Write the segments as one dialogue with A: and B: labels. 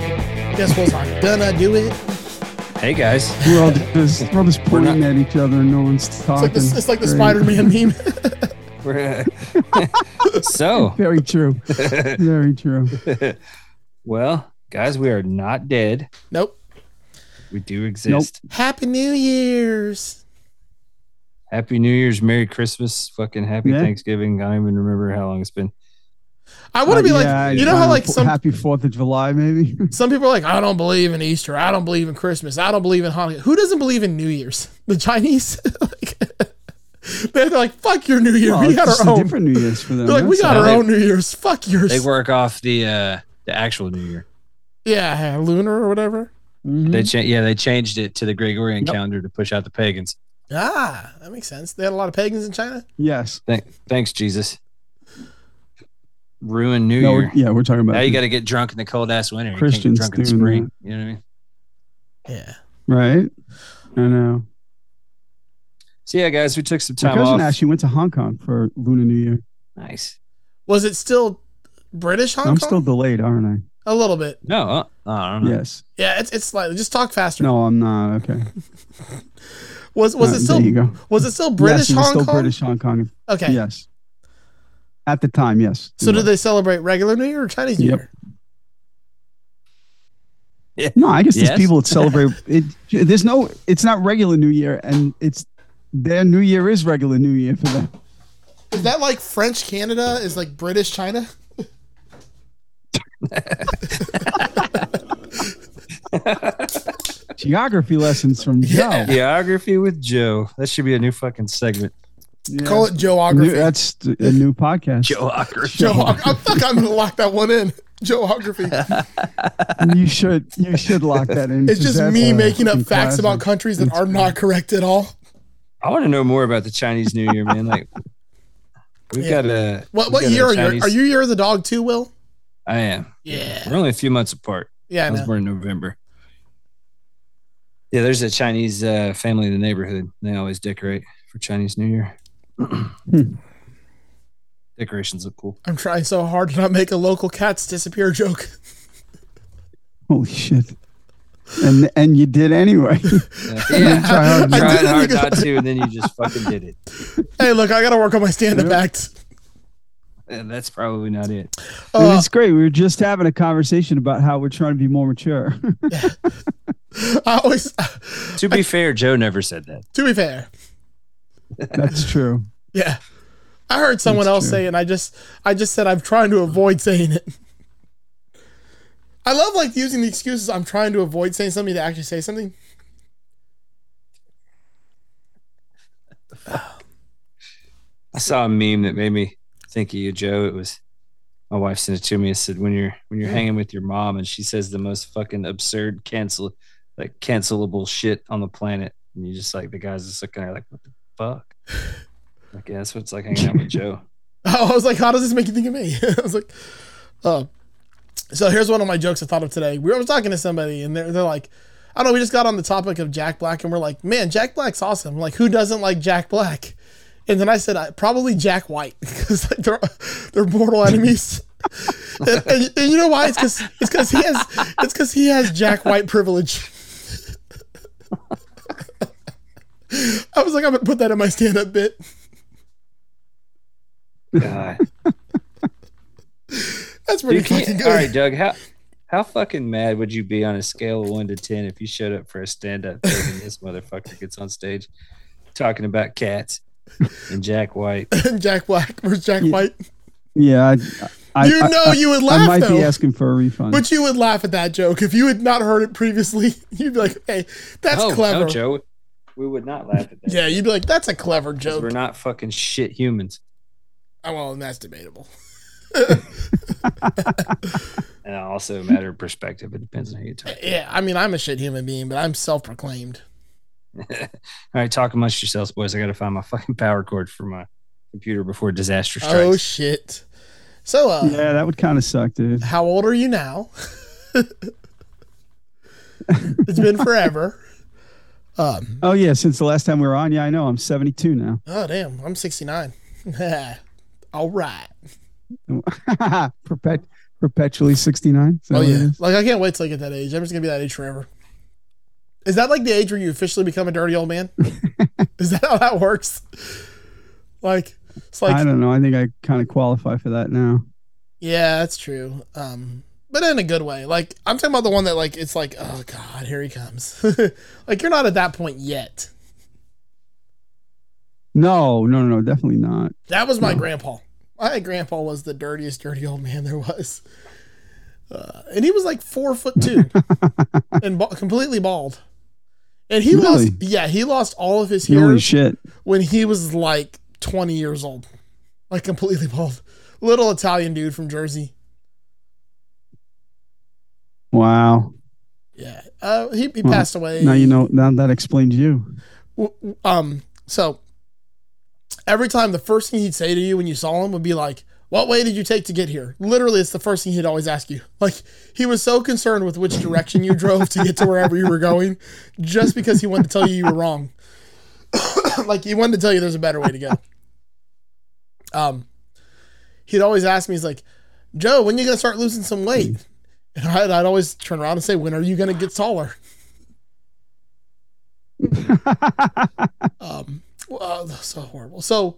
A: podcast was I'm gonna do it.
B: Hey guys,
C: We're all just, we're all just
B: We're not-
C: pointing at each other and no one's
A: It's
C: talking.
A: like, this, it's like the
C: Great.
A: Spider Man meme.
B: we're uh, so
C: Very true. Very true.
B: well, guys. We are not dead.
A: nope.
B: We do exist.
A: Happy New Year's.
B: Happy New Year's, Merry Christmas, fucking Happy
C: Yeah.
B: Thanksgiving. I don't even remember how long it's been.
A: I want to be
C: Uh,
A: like,
C: yeah,
A: you know
C: uh,
A: how like
C: f-
A: some
C: happy Fourth of July, maybe.
A: some people are like, I don't believe in Easter. I don't believe in Christmas. I don't believe in Hanukkah. Who doesn't believe in New Year's? The Chinese. like, they're like, fuck your New Year.
C: Well,
A: we
C: it's
A: got
C: just
A: our
C: a
A: own.
C: different New Year's for them.
A: They're like, we
C: that's
A: got
B: all.
A: our
B: They-
A: own New Year's. Fuck yours.
B: They work off the uh the actual New Year.
C: Mm-hmm.
A: yeah, lunar or whatever.
C: all. Mhm.
B: They cha- yeah, they changed it to the Gregorian
C: Yep.
B: calendar to push out the pagans.
A: Ah, that makes sense. They had a lot of pagans in China.
C: yes.
B: Thank, thanks, Jesus. Ruin New
C: No,
B: Year.
C: yeah, we're talking about
B: Now you
C: the-
B: got to get drunk in the cold ass winter. You can't get
C: Christians
B: drunk in
C: doing
B: spring. You know what I mean?
A: Yeah.
C: right. I know.
B: So yeah, guys, we took some
C: My
B: time
C: cousin
B: off.
C: actually went to Hong Kong for Lunar New Year.
B: nice.
A: Was it still British Hong
C: I'm
A: Kong?
C: still delayed, aren't
A: a little bit.
B: No, uh, I
C: I?
B: don't know.
C: Yes.
A: Yeah, it's it's slightly. Just talk faster.
C: No, I'm not. Okay.
A: Was was
C: Uh,
A: it still
C: There you go.
A: was it still British
C: yes, it was
A: Hong
C: still
A: Kong?
C: British Hong Kong.
A: Okay.
C: Yes. At the time, yes.
A: So
C: It
A: do
C: was.
A: they celebrate regular New Year or Chinese New
C: Yep.
A: Year?
C: No, I guess
B: Yes?
C: these people that celebrate it. There's no. It's not regular New Year, and it's their New Year is regular New Year for them.
A: Is that like French Canada is like British China?
C: Geography lessons from Joe.
B: Geography with Joe. That should be a new fucking segment.
C: Yeah.
A: Call it
C: New-
A: geography.
C: that's th- a new podcast.
B: Geography.
A: Joe, I think I'm gonna lock that one in. Geography.
C: You should you should lock that in.
A: It's
C: 'cause
A: just
C: that's
A: me
C: a
A: making up
C: uh, fucking
A: facts about
C: classic.
A: countries that are not correct at all.
B: I want to know more about the Chinese New Year, man. Like we've
A: Yeah.
B: got a
A: What
B: we've
A: what
B: got a
A: year are you?
B: Chinese-
A: Are you year of the dog too, Will?
B: I am.
A: Yeah.
B: We're only a few months apart.
A: Yeah, I
B: I was
A: know.
B: born in November. Yeah, there's a Chinese uh, family in the neighborhood. They always decorate for Chinese New Year.
A: Hmm.
B: Decorations look cool.
A: I'm trying so hard to not make a local cats disappear joke.
C: Holy shit! And and you did anyway.
B: Yeah, yeah.
C: Try hard.
A: I
B: tried
A: didn't
B: hard
A: think-
B: not to, and then you just fucking did it.
A: Hey, look, I gotta work on my stand-up
C: Yeah.
A: act.
B: And that's probably not it.
A: Uh,
C: it's great. We were just having a conversation about how we're trying to be more mature.
A: Uh, I always,
B: To be fair, Joe never said that.
A: to be fair,
C: that's true.
A: Yeah. I heard someone
C: That's
A: else
C: true.
A: say it and I just I just said I'm trying to avoid saying it. I love like using the excuses I'm trying to avoid saying something to actually say something.
B: I saw a meme that made me think of you, Joe. It was my wife sent it to me and said when you're when you're hanging with your mom and she says the most fucking absurd cancel like cancelable shit on the planet. And you just like the guys just looking at her like, what the fuck? Like yeah, that's what it's like hanging out with Joe.
A: I was like, how does this make you think of me? I was like, uh, so here's one of my jokes I thought of today. We were talking to somebody and they're, they're like, I don't know, we just got on the topic of Jack Black and we're like, man, Jack Black's awesome. Like, who doesn't like Jack Black? And then I said, I, probably Jack White because like they're, they're mortal enemies. and, and- and you know why? It's because it's because he has it's because he has Jack White privilege. I was like, I'm gonna put that in my stand-up bit.
B: God.
A: That's pretty
B: Dude, can
A: fucking
B: you-
A: good.
B: all right, Doug, how how fucking mad would you be on a scale of one to ten if you showed up for a stand up and this motherfucker gets on stage talking about cats and Jack White?
A: and Jack Black versus Jack
C: Yeah.
A: White.
C: Yeah, I, I,
A: you
C: I-
A: know
C: I,
A: you would
C: I
A: laugh
C: might
A: though.
C: be asking for a refund.
A: but you would laugh at that joke if you had not heard it previously. You'd be like, "Hey, that's
B: Oh, no,
A: clever."
B: No, Joe, we would not laugh at that.
A: Yeah, you'd be like, "That's a clever
B: 'cause We're
A: joke."
B: not fucking shit humans.
A: Oh, well, and that's debatable.
B: And also a matter of perspective. It depends on who you talk.
A: Yeah, I mean, I'm a shit human being, but I'm self-proclaimed.
B: All right, talk amongst yourselves, boys. I got to find my fucking power cord for my computer before disaster
A: Oh
B: strikes.
A: shit! So, uh,
C: yeah, that would kind of suck, dude.
A: how old are you now? it's been forever. Um.
C: Oh yeah, since the last time we were on, yeah, I know. I'm 72 now.
A: Oh damn, I'm 69. All right.
C: Perpet- perpetually 69. So
A: Oh
C: it
A: yeah.
C: is.
A: Like I can't wait till I get that age. I'm just gonna be that age forever. Is that like the age where you officially become a dirty old man? Is that how that works? Like it's
C: I
A: like
C: don't know. I think I kind of qualify for that now.
A: yeah, that's true. Um, but in a good way. Like I'm talking about the one that like it's like oh god, here he comes. like you're not at that point yet.
C: No, no, no, no, definitely not.
A: That was my
C: No.
A: grandpa. My grandpa was the dirtiest, dirty old man there was, uh, and he was like four foot two and ba- completely bald. And he lost,
C: Really?
A: yeah, he lost all of his
C: Holy
A: hair
C: shit.
A: when he was like twenty years old, like completely bald. Little Italian dude from Jersey.
C: Wow.
A: Yeah, uh, he he
C: Well,
A: passed away.
C: Now you know. Now that explains you.
A: W- w- um so every time the first thing he'd say to you when you saw him would be like what way did you take to get here literally it's the first thing he'd always ask you like he was so concerned with which direction you drove to get to wherever you were going just because he wanted to tell you you were wrong like he wanted to tell you there's a better way to go um he'd always ask me he's like joe when you gonna start losing some weight and I'd, I'd always turn around and say when are you gonna get taller um, well, that's so horrible. So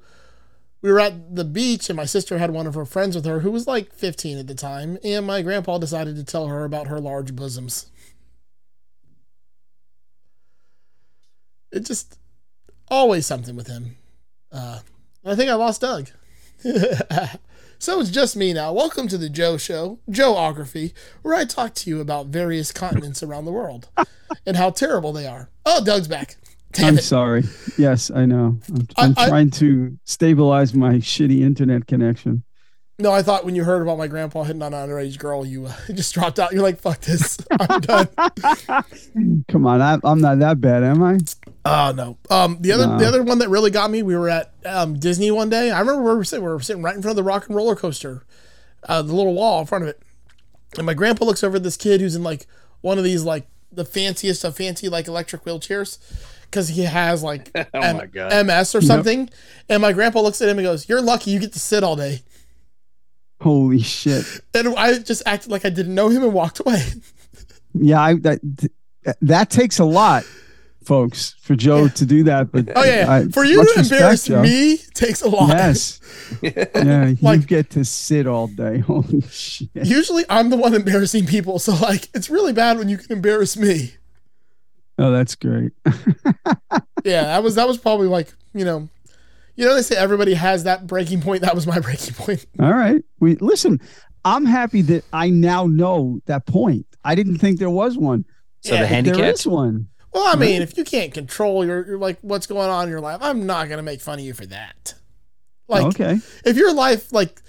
A: we were at the beach, and my sister had one of her friends with her who was like 15 at the time, and my grandpa decided to tell her about her large bosoms. It just always something with him. Uh, I think I lost Doug. so it's just me now. Welcome to the Joe Show, Joeography, where I talk to you about various continents around the world and how terrible they are. Oh, Doug's back. Damn
C: I'm
A: it.
C: sorry. Yes, I know. I'm,
A: I-
C: I'm
A: I-
C: trying to stabilize my shitty internet connection.
A: No, I thought when you heard about my grandpa hitting on an underage girl, you uh, just dropped out. You're like, "Fuck this, I'm done."
C: Come on, I, I'm not that bad, am I?
A: Oh no. Um, the other
C: No.
A: the other one that really got me, we were at um, Disney one day. I remember where we were sitting. We were sitting right in front of the rock and roller coaster, uh, the little wall in front of it. And my grandpa looks over at this kid who's in like one of these like the fanciest of fancy like electric wheelchairs because he has like
B: Oh
A: M-
B: my God.
A: MS or something. And my grandpa looks at him and goes, "You're lucky you get to sit all day."
C: Holy shit.
A: And I just acted like I didn't know him and walked away.
C: Yeah, I, that th- that takes a lot, folks, for Joe to do that. But
A: Oh yeah, yeah.
C: I-
A: for you
C: much
A: to
C: respect,
A: embarrass
C: Joe.
A: me takes a lot.
C: Yes. yeah, you
A: Like-
C: get to sit all day. Holy shit.
A: Usually, I'm the one embarrassing people, so like it's really bad when you can embarrass me.
C: Oh, that's great.
A: Yeah, that was that was probably like you know, you know they say everybody has that breaking point. That was my breaking point.
C: All right. We listen. I'm happy that I now know that point. I didn't think there was one.
B: So
A: Yeah,
B: the
A: if
C: There
B: handicap.
C: is one.
A: Well, I mean, if you can't control your, your like what's going on in your life, I'm not gonna make fun of you for that. Like
C: okay.
A: if your life like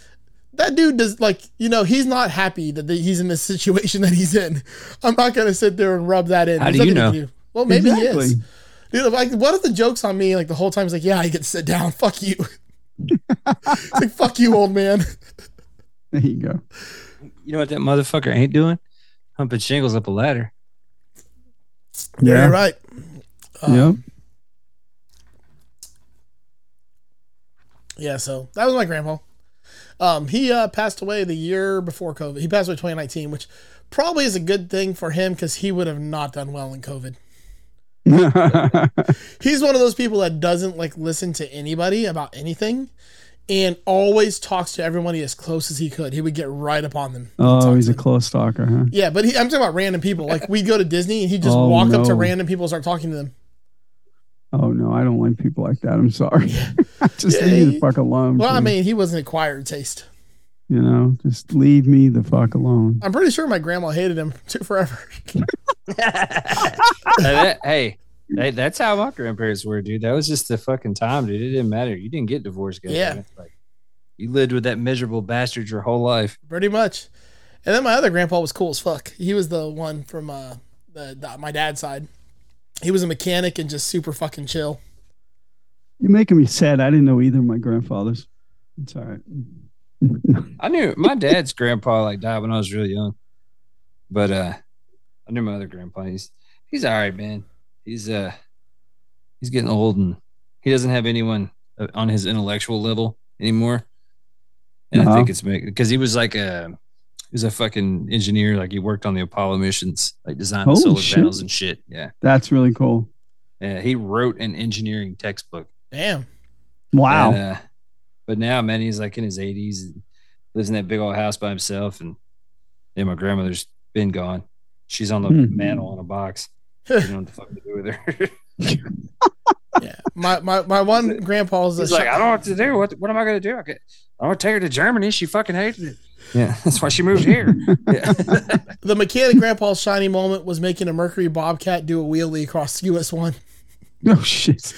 A: that dude does like you know he's not happy that the, he's in the situation that he's in. I'm not gonna sit there and rub that in.
B: How
A: There's
B: do you
A: nothing we
B: know?
A: can Well, maybe he
C: Exactly.
A: is. Dude, like, what if the joke's on me? Like the whole time, it's like, yeah, I get to sit down. Fuck you. it's like, fuck you, old man.
C: There you go.
B: You know what that motherfucker ain't doing? Humping shingles up a ladder.
A: You're right. Um,
C: Yep.
A: Yeah. So that was my grandpa. Um, he uh, passed away the year before COVID. He passed away 2019, which probably is a good thing for him because he would have not done well in COVID. Uh, He's one of those people that doesn't like listen to anybody about anything, and always talks to everybody as close as he could. He would get right upon them. and
C: oh,
A: talk
C: he's
A: to
C: a
A: them.
C: close stalker, huh?
A: Yeah, but he, I'm talking about random people. Like we go to Disney and he just
C: Oh,
A: walk up to
C: no.
A: random people and start talking to them.
C: Oh no, I don't like people like that. I'm sorry. just
A: Yeah,
C: leave me
A: you-
C: the fuck alone.
A: Well, I
C: please.
A: mean, he was an acquired taste.
C: you know, just leave me the fuck alone.
A: I'm pretty sure my grandma hated him too forever.
B: Now that- hey, hey, that's how my grandparents were, dude. That was just the fucking time, dude. It didn't matter. You didn't get divorced, guys.
A: Yeah.
B: Like, you lived with that miserable bastard your whole life.
A: pretty much. And then my other grandpa was cool as fuck. He was the one from uh, the, the, my dad's side. He was a mechanic and just super fucking chill.
C: You're making me sad. I didn't know either of my grandfathers. It's all right.
B: I knew my dad's grandpa like died when I was really young, but uh, I knew my other grandpa. He's he's all right, man. He's uh, he's getting old and he doesn't have anyone uh, on his intellectual level anymore. And I
C: Uh-huh.
B: think it's because he was like a was a fucking engineer. Like he worked on the Apollo missions, like designed
C: Holy
B: the solar
C: shit.
B: panels and shit. Yeah.
C: That's really cool.
B: Yeah. He wrote an engineering textbook.
A: Damn.
C: Wow.
B: And, uh, but now, man, he's like in his 80s and lives in that big old house by himself. And then my grandmother's been gone. She's on the
C: Hmm.
B: mantle on a box. You know what the fuck to do with her.
A: Yeah. My my, my one grandpa's a
B: He's
A: shop-
B: like, I don't know what to do. What, what am I going to do? I could, I'm going to take her to Germany. She fucking hated it. Yeah, that's why she moved here. Yeah.
A: the mechanic grandpa's shiny moment was making a Mercury Bobcat do a wheelie across US one.
C: No Oh, shit.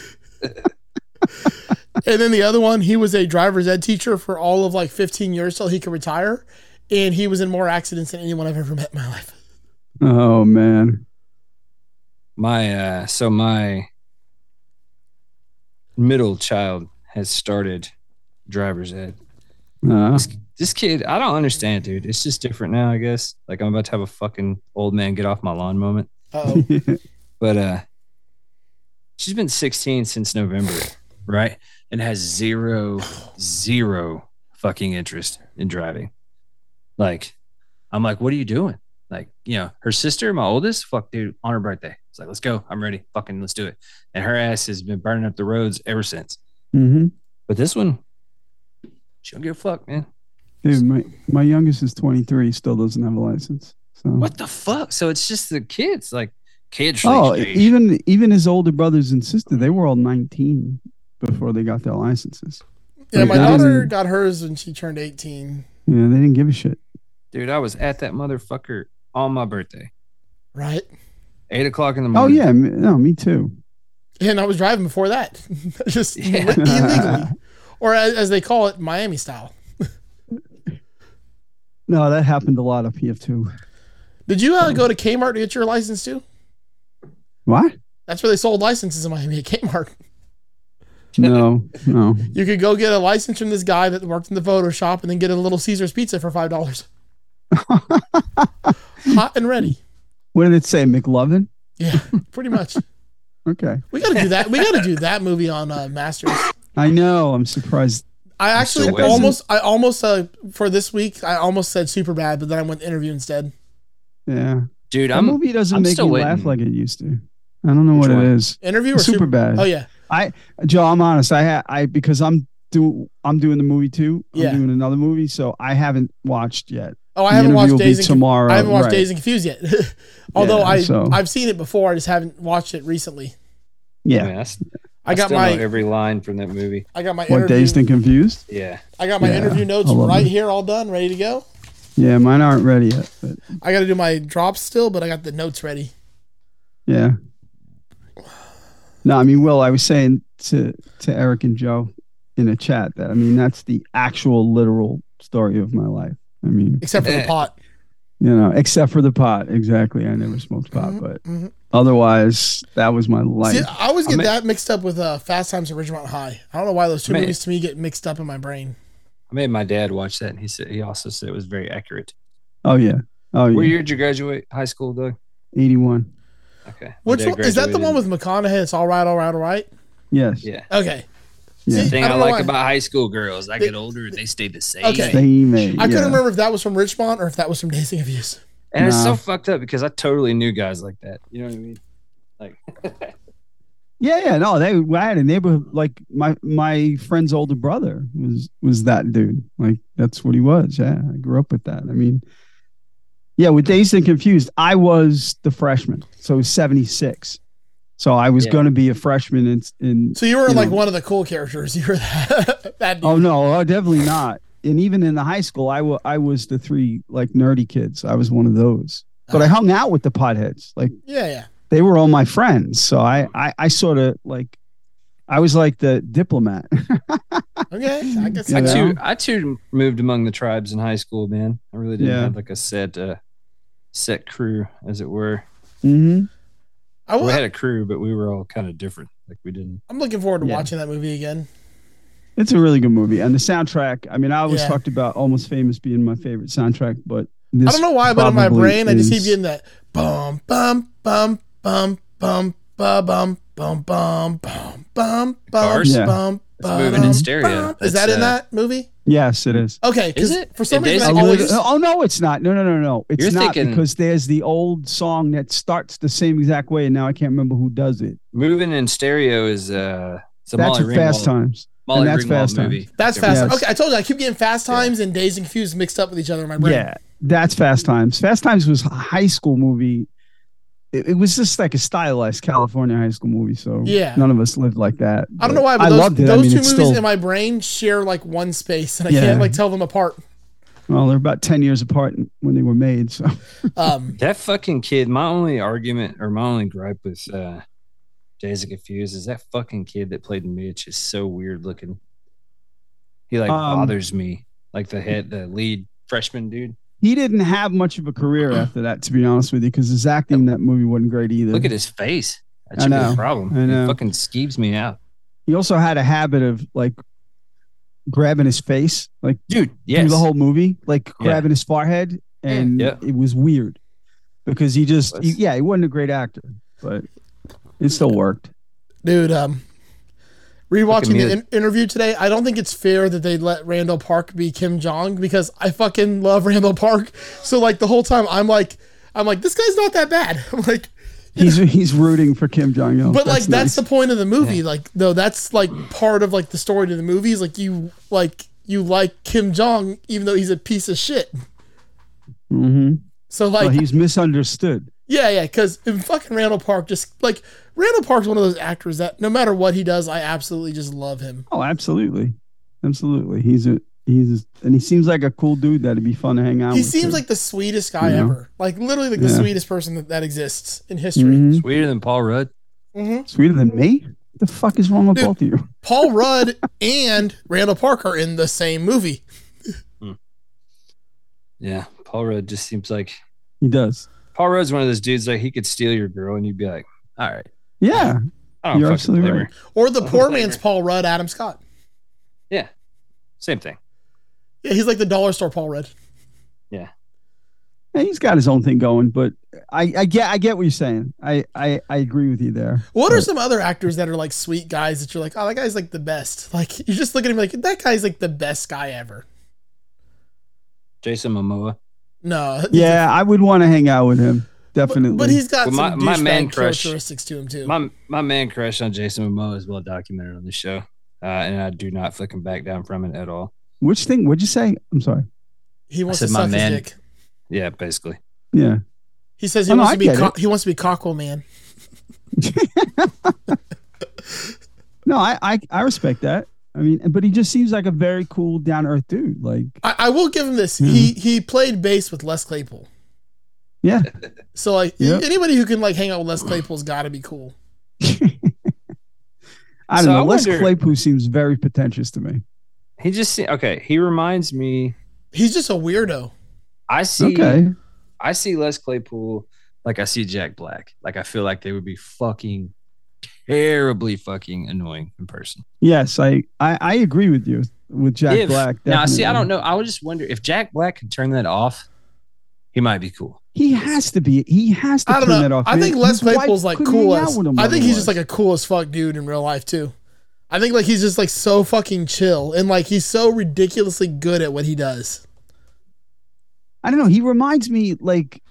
A: And then the other one, he was a driver's ed teacher for all of like 15 years till he could retire. And he was in more accidents than anyone I've ever met in my life.
C: Oh man.
B: my uh so my middle child has started driver's ed
C: Uh,
B: this kid i don't understand dude it's just different now i guess like i'm about to have a fucking old man get off my lawn moment
A: Oh,
B: but uh she's been 16 since november right and has zero zero fucking interest in driving like i'm like what are you doing like you know her sister my oldest fuck dude on her birthday it's like let's go i'm ready fucking let's do it and her ass has been burning up the roads ever since
C: hmm
B: but this one she don't give a fuck man
C: Dude, my, my youngest is 23, still doesn't have a license. So
B: what the fuck so it's just the kids like kids
C: Oh,
B: like,
C: even even his older brothers and sister, they were all 19 before they got their licenses.
A: yeah. My
C: That
A: daughter
C: is-
A: got hers when she turned 18.
C: Yeah, they didn't give a shit.
B: dude i was at that motherfucker on my birthday
A: Right.
B: eight o'clock in the
C: Oh
A: Mm.
B: morning
C: yeah, me- no, me too.
A: And I was driving before that, just
B: Yeah.
A: illegally, or as, as they call it, Miami style.
C: No, that happened a lot up here too.
A: Did you uh, go to Kmart to get your license too?
C: What?
A: That's where they sold licenses in Miami at Kmart.
C: No, no.
A: You could go get a license from this guy that worked in the photo shop and then get a little Caesar's pizza for five dollars. Hot and ready.
C: What did it say, McLovin?
A: Yeah, pretty much.
C: Okay,
A: We gotta do that. We gotta do that movie on uh, Masters.
C: I know. I'm surprised.
A: I actually
B: still waiting.
A: almost, I almost uh, for this week, I almost said super bad, but then I went to interview instead.
C: Yeah,
B: dude
C: that
B: i'm
C: movie doesn't
B: I'm
C: make
B: still
C: you
B: waiting.
C: laugh like it used to. I don't know
B: Which
C: what
B: one?
C: it is.
A: Interview or super,
C: Super bad.
A: Oh yeah,
C: Joe, I'm honest. I ha- I because I'm do I'm doing the movie too. I'm
A: Yeah.
C: doing another movie, so I haven't watched yet.
A: oh I
C: The
A: haven't
C: interview
A: watched
C: will be
A: Days and Conf-
C: tomorrow.
A: I haven't watched
C: right.
A: Days and Confused yet. Although
C: Yeah,
A: I
C: so-
A: I've seen it before, I just haven't watched it recently.
C: Yeah.
B: I, mean, I s-
A: I,
B: I
A: got
B: still
A: my
B: know every line from that movie.
A: I got my
C: What
A: interview.
C: dazed and confused?
B: Yeah,
A: I got my
C: Yeah,
A: interview notes
C: I love
A: right
C: it.
A: here, all done, ready to go.
C: Yeah, mine aren't ready yet. But
A: I got to do my drops still, but I got the notes ready.
C: yeah. No, I mean, Will, I was saying to to Eric and Joe in a chat that I mean that's the actual literal story of my life. I mean,
A: Except for the
B: Eh.
A: pot.
C: you know, except for the pot. Exactly. I never smoked pot,
A: Mhm,
C: but
A: mhm.
C: otherwise that was my life.
A: See, I always get
B: I mean-
A: that mixed up with uh, Fast Times at Ridgemont High. I don't know why those two
B: I mean-
A: movies to me get mixed up in my brain.
B: I made my dad watch that, and he said he also said it was very accurate.
C: Oh yeah. Oh
B: What
C: yeah.
B: year did you graduate high school, Doug?
C: Eighty one.
B: Okay, My
A: Which
B: dad
A: one, is that the one
B: graduated-
A: with McConaughey? It's all right, all right, all right.
C: Yes.
B: Yeah,
A: Okay,
C: Yeah.
B: the thing
A: I
B: I,
A: don't know
B: like
A: why.
B: about high school girls, I
A: They-
B: get older, they stay the same.
A: Okay.
C: They made-
A: I couldn't
C: yeah.
A: remember if that was from Richmond or if that was from Days and Confused.
B: and it's so
C: Nah.
B: fucked up because I totally knew guys like that. You know what I mean?
C: Yeah, yeah, no, they. I had a neighborhood like my my friend's older brother was was that dude. Like that's what he was. Yeah, I grew up with that. I mean, yeah, with Dazed and Confused, I was the freshman, so seventy six. So I was
B: Yeah.
C: going to be a freshman in, in
A: So you were
C: You
A: like
C: know.
A: one of the cool characters. You were that. that dude.
C: Oh no, oh, definitely not. And even in the high school, I wa- I was the three like nerdy kids. I was one of those. But I hung out with the potheads. Like
A: Uh, Yeah, yeah.
C: they were all my friends. So I I, I sort of like I was like the diplomat.
A: Okay, I guess.
C: You
B: I
C: know?
B: too, I too moved among the tribes in high school, man. I really didn't
C: Yeah.
B: have like a set, uh, set crew, as it were.
C: hmm
A: I,
B: We
A: will-
B: had a crew, but we were all kind of different. Like we didn't.
A: I'm looking forward to
C: Yeah.
A: watching that movie again.
C: It's a really good movie, and the soundtrack. I mean, I always
A: Yeah.
C: talked about Almost Famous being my favorite soundtrack, but
A: I
C: this
A: don't know why, but in my
C: probably
A: brain, I just keep
C: is-
A: getting that bum bum bum bum bum ba, bum bum bum bum bum bum
B: Cars?
C: Yeah.
A: bum
B: It's moving in
A: bum,
B: stereo.
A: bum. Is
B: It's,
A: that in
B: uh,
A: that movie?
C: Yes, it is.
A: Okay, 'cause
B: Is it?
A: for some
B: It
A: reason
B: is?
A: I
C: A
A: always
C: little- oh no, it's not. No, no, no, no. It's
B: You're
C: not
B: thinking-
C: because there's the old song that starts the same exact way, and now I can't remember who does it.
B: Moving in stereo is uh, it's a
C: That's
B: Molly
C: a Fast
B: Ringwald-
C: Times.
B: Molly
C: and that's
B: Ringwald
C: Fast Times.
B: movie.
A: that's
B: Okay.
A: fast.
C: oh, Yes.
A: Okay, I told you I keep getting fast times and days and confused mixed up with each other in my brain.
C: Yeah, that's Fast Times. Fast Times was a high school movie. It, it was just like a stylized California high school movie. So
A: Yeah.
C: none of us lived like that.
A: I don't know why, but
C: I
A: those,
C: loved it.
A: those
C: I mean,
A: two
C: it's
A: movies
C: still
A: in my brain share like one space, and I
C: Yeah.
A: can't like tell them apart.
C: well, they're about ten years apart when they were made. So
A: Um,
B: That fucking kid. My only argument or my only gripe with uh, Days of Confused is that fucking kid that played Mitch is so weird looking. He like
C: Um,
B: bothers me. Like the head, the lead freshman dude.
C: he didn't have much of a career after that, to be honest with you, because his acting in that movie wasn't great either.
B: Look at his face. That
C: I
B: should be
C: know.
B: a problem.
C: I know.
B: It fucking skeeves me out,
C: He also had a habit of like grabbing his face, like
B: dude. Yes,
C: through the whole movie, like
B: Yeah.
C: grabbing his forehead, and
B: Yeah.
C: it was weird because he just,
B: Was.
C: yeah, he wasn't a great actor, but it still worked.
A: dude, um, rewatching
B: Fucking
A: the
B: mute.
A: in- interview today, I don't think it's fair that they let Randall Park be Kim Jong because I fucking love Randall Park. So like the whole time I'm like, I'm like, this guy's not that bad. I'm like,
C: He's he's rooting for Kim Jong Il.
A: but like that's the point of the movie like though that's like part of like the story to the movies like you like you like kim jong even though he's a piece of shit
C: hmm
A: so like
C: he's misunderstood.
A: yeah yeah because fucking randall park just like randall park's one of those actors that no matter what he does i absolutely just love him
C: Oh, absolutely, absolutely. He's a he's a, and he seems like a cool dude that'd be fun to hang out.
A: he
C: with
A: seems
C: too.
A: like the sweetest guy
C: Yeah.
A: ever like literally like the
C: Yeah.
A: sweetest person that, that exists in history
C: Mhm.
B: sweeter than Paul Rudd.
C: Mm-hmm.
B: Mm-hmm.
A: hmm
C: sweeter than me. What the fuck is wrong with
A: Dude.
C: both of you?
A: paul rudd and randall park are in the same movie
B: Yeah, Paul Rudd just seems like
C: He does.
B: Paul Rudd's one of those dudes like he could steal your girl and you'd be like, all right,
C: Yeah,
B: I don't fucking
C: You're absolutely
B: blame
C: right.
B: her.
A: or the
B: Oh,
A: poor
B: whatever.
A: man's paul rudd adam scott
B: Same thing.
A: yeah he's like the dollar store paul rudd
C: Yeah, he's got his own thing going, but I, I get I get what you're saying. I, I, I agree with you there.
A: What are
C: Right.
A: some other actors that are like sweet guys that you're like, oh, that guy's like the best? Like, you just look at him like, that guy's like the best guy ever.
B: Jason Momoa.
A: No. he's a-
C: Yeah, I would want to hang out with him. Definitely.
A: But, but he's got
B: Well, my-
A: some
B: my
A: douchebag
B: man crush-
A: characteristics to him, too.
B: My my man crush on Jason Momoa is well documented on the show, uh, and I do not fucking back down from it at all.
C: Which thing? What'd you say? I'm sorry.
A: he wants
B: I
A: to
B: said my
A: suck
B: man.
A: his dick.
B: Yeah, basically.
C: Yeah.
A: He says he,
C: Oh, no,
A: wants,
C: I
A: to be
C: get
A: co- he wants to be Cockwell Man.
C: No, I, I, I respect that. I mean, but he just seems like a very cool, down to earth dude. Like,
A: I, I will give him this.
C: Mhm.
A: He he played bass with Les Claypool.
C: Yeah.
A: So, like,
C: Yeah.
A: anybody who can like hang out with Les Claypool's got to be cool.
C: I don't
B: So
C: know.
B: I
C: Les
B: wonder-
C: Claypool seems very pretentious to me.
B: He just se- okay. He reminds me.
A: He's just a weirdo.
B: I see.
C: Okay.
B: I see Les Claypool like I see Jack Black. Like I feel like they would be fucking terribly fucking annoying in person.
C: Yes, I, I, I agree with you with Jack
B: If-
C: Black.
B: Now, see, I
C: definitely.
B: don't know. I would just wonder if Jack Black can turn that off. He might be cool.
C: He has to be. He has to
A: I don't
C: turn
A: know.
C: that off.
A: I think Les Claypool's like cool as. I think he's just
C: like.
A: like a cool as fuck dude in real life too. I think like he's just like so fucking chill and like he's so ridiculously good at what he does.
C: I don't know. He reminds me like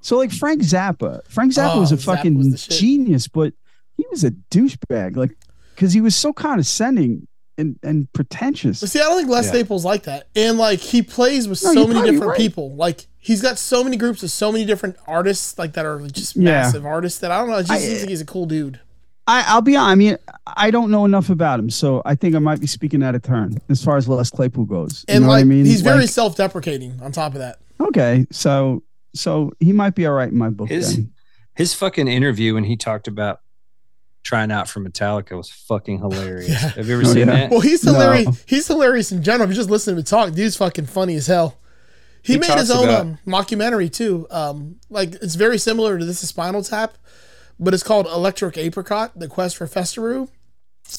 C: so like Frank Zappa. Frank Zappa
A: Oh,
C: was a
A: Zappa
C: fucking
A: was the shit.
C: genius, but he was a douchebag. Like because he was so condescending and and
A: But
C: pretentious.
A: see, I don't think Les
B: Yeah.
A: Staples like that. And like he plays with so
C: No, you're
A: many
C: probably
A: different
C: right.
A: people. Like he's got so many groups of so many different artists like that are just
C: Yeah.
A: massive artists that I don't know. It just
C: I-
A: seems like he's a cool dude.
C: I, I'll be honest. I mean, I don't know enough about him, so I think I might be speaking out of turn as far as Les Claypool goes. You
A: And
C: know what
A: like
C: I mean,
A: he's very
C: Like,
A: self-deprecating. On top of that,
C: okay. So so he might be all right in my book.
B: His-
C: then.
B: His fucking interview when he talked about trying out for Metallica was fucking hilarious.
A: Yeah.
B: Have you ever
C: Oh,
B: seen
C: yeah.
B: that?
A: well, he's
C: No.
A: hilarious. He's hilarious in general. If you just listen to him talk, dude's fucking funny as hell. He,
B: He
A: made his
B: talks
A: own
B: about-
A: um, mockumentary too. Um, like it's very similar to this is Spinal Tap, but it's called Electric Apricot: The Quest for Festeroo,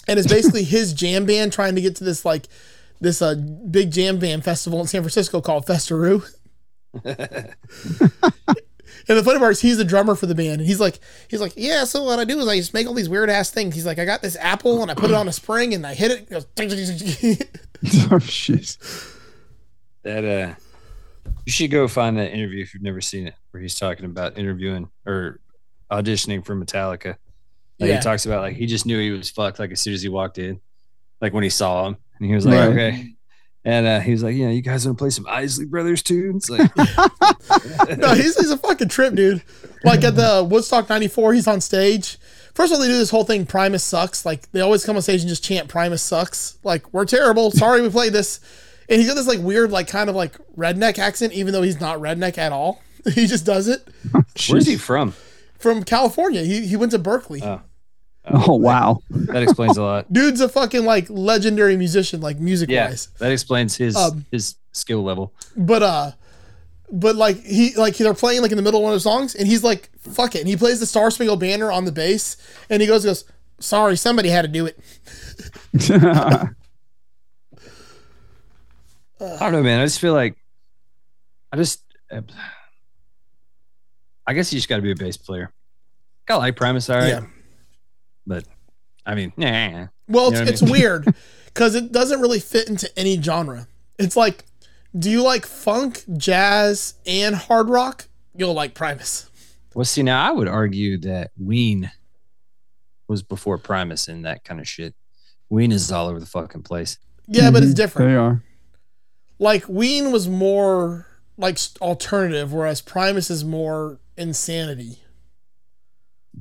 A: and it's basically his jam band trying to get to this like this uh, big jam band festival in San Francisco called Festeroo. And the funny part is he's the drummer for the band. And he's like, he's like, yeah. So what I do is I just make all these weird ass things. He's like, I got this apple and I put it on a spring and I hit it. it goes,
C: oh shit.
B: That uh, you should go find that interview if you've never seen it, where he's talking about interviewing or auditioning for Metallica. Like
A: Yeah.
B: he talks about like he just knew he was fucked like as soon as he walked in, like when he saw him, and he was like,
C: Right.
B: okay. And uh, he was like, "Yeah, you guys want to play some Isley Brothers tunes?" Like,
A: no, he's, he's a fucking trip, dude. Like at the Woodstock 94, he's on stage. First of all, they do this whole thing, Primus sucks. Like they always come on stage and just chant Primus sucks. Like, we're terrible. Sorry we played this. And he's got this like weird, like kind of like redneck accent, even though he's not redneck at all. He just does it.
B: where's he from?
A: From California. He, he went to Berkeley.
B: Oh.
C: Oh wow.
B: that explains a lot.
A: Dude's a fucking like legendary musician, like music
B: Yeah,
A: wise.
B: that explains his
A: Um,
B: his skill level.
A: but uh but like he like they're playing like in the middle of one of the songs and he's like fuck it and he plays the star spangled banner on the bass and he goes goes sorry somebody had to do it
B: I don't know, man. I just feel like I just, uh, I guess you just got to be a bass player. I like Primus, all right,
A: Yeah.
B: but I mean, nah.
A: well
B: You know
A: it's,
B: what I
A: it's weird because it doesn't really fit into any genre it's like do you like funk jazz and hard rock you'll like primus
B: Well, see, now I would argue that Ween was before Primus and that kind of shit. Ween is all over the fucking place.
A: yeah but it's
B: Mm-hmm.
C: Mhm.
A: different
C: They are.
A: like ween was more like s- alternative whereas primus is more insanity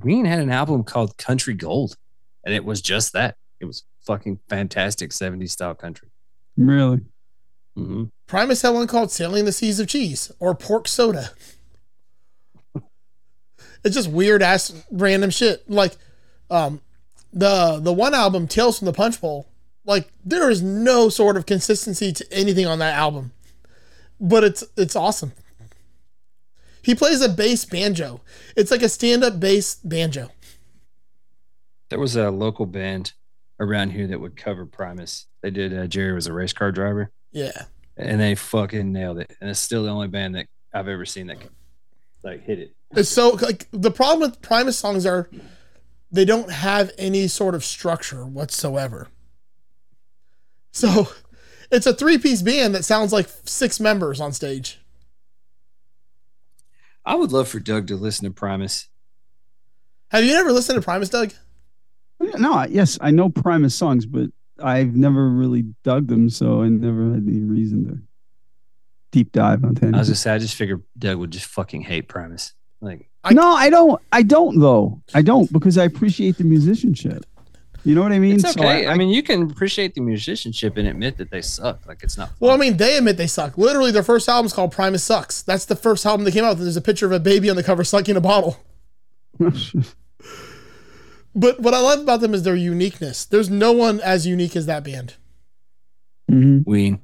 B: Ween had an album called Country Gold, and it was just that. It was fucking fantastic 70s style country.
C: Really.
B: hmm
A: Primus had one called Sailing the Seas of Cheese or Pork Soda. it's just weird ass random shit. Like um the the one album, Tales from the Punch Bowl, like there is no sort of consistency to anything on that album. But it's it's awesome. He plays a bass banjo. It's like a stand-up bass banjo.
B: There was a local band around here that would cover Primus. They did. Uh, Jerry was a race car driver,
A: Yeah.
B: and they fucking nailed it. And it's still the only band that I've ever seen that can, like hit it.
A: It's so like the problem with Primus songs are they don't have any sort of structure whatsoever. So it's a three piece band that sounds like six members on stage.
B: I would love for Doug to listen to Primus.
A: Have you never listened to Primus, Doug?
C: No, I- yes, I know Primus songs, but I've never really dug them, so I never had any reason to deep dive onto
B: I was
C: anything.
B: gonna say, I just figured Doug would just fucking hate Primus. Like,
A: I-
C: no, I don't. I don't though. I don't because I appreciate the musicianship. You know what I mean?
B: it's
C: So
B: okay.
C: I-
B: I, mean, you can appreciate the musicianship and admit that they suck. Like, it's not.
A: Well, I
B: fun.
A: mean, they admit they suck. Literally, their first album's called Primus Sucks. That's the first album that came out. with. There's a picture of a baby on the cover sucking a bottle. But what I love about them is their uniqueness. There's no one as unique as that band.
C: Mhm.
B: Ween.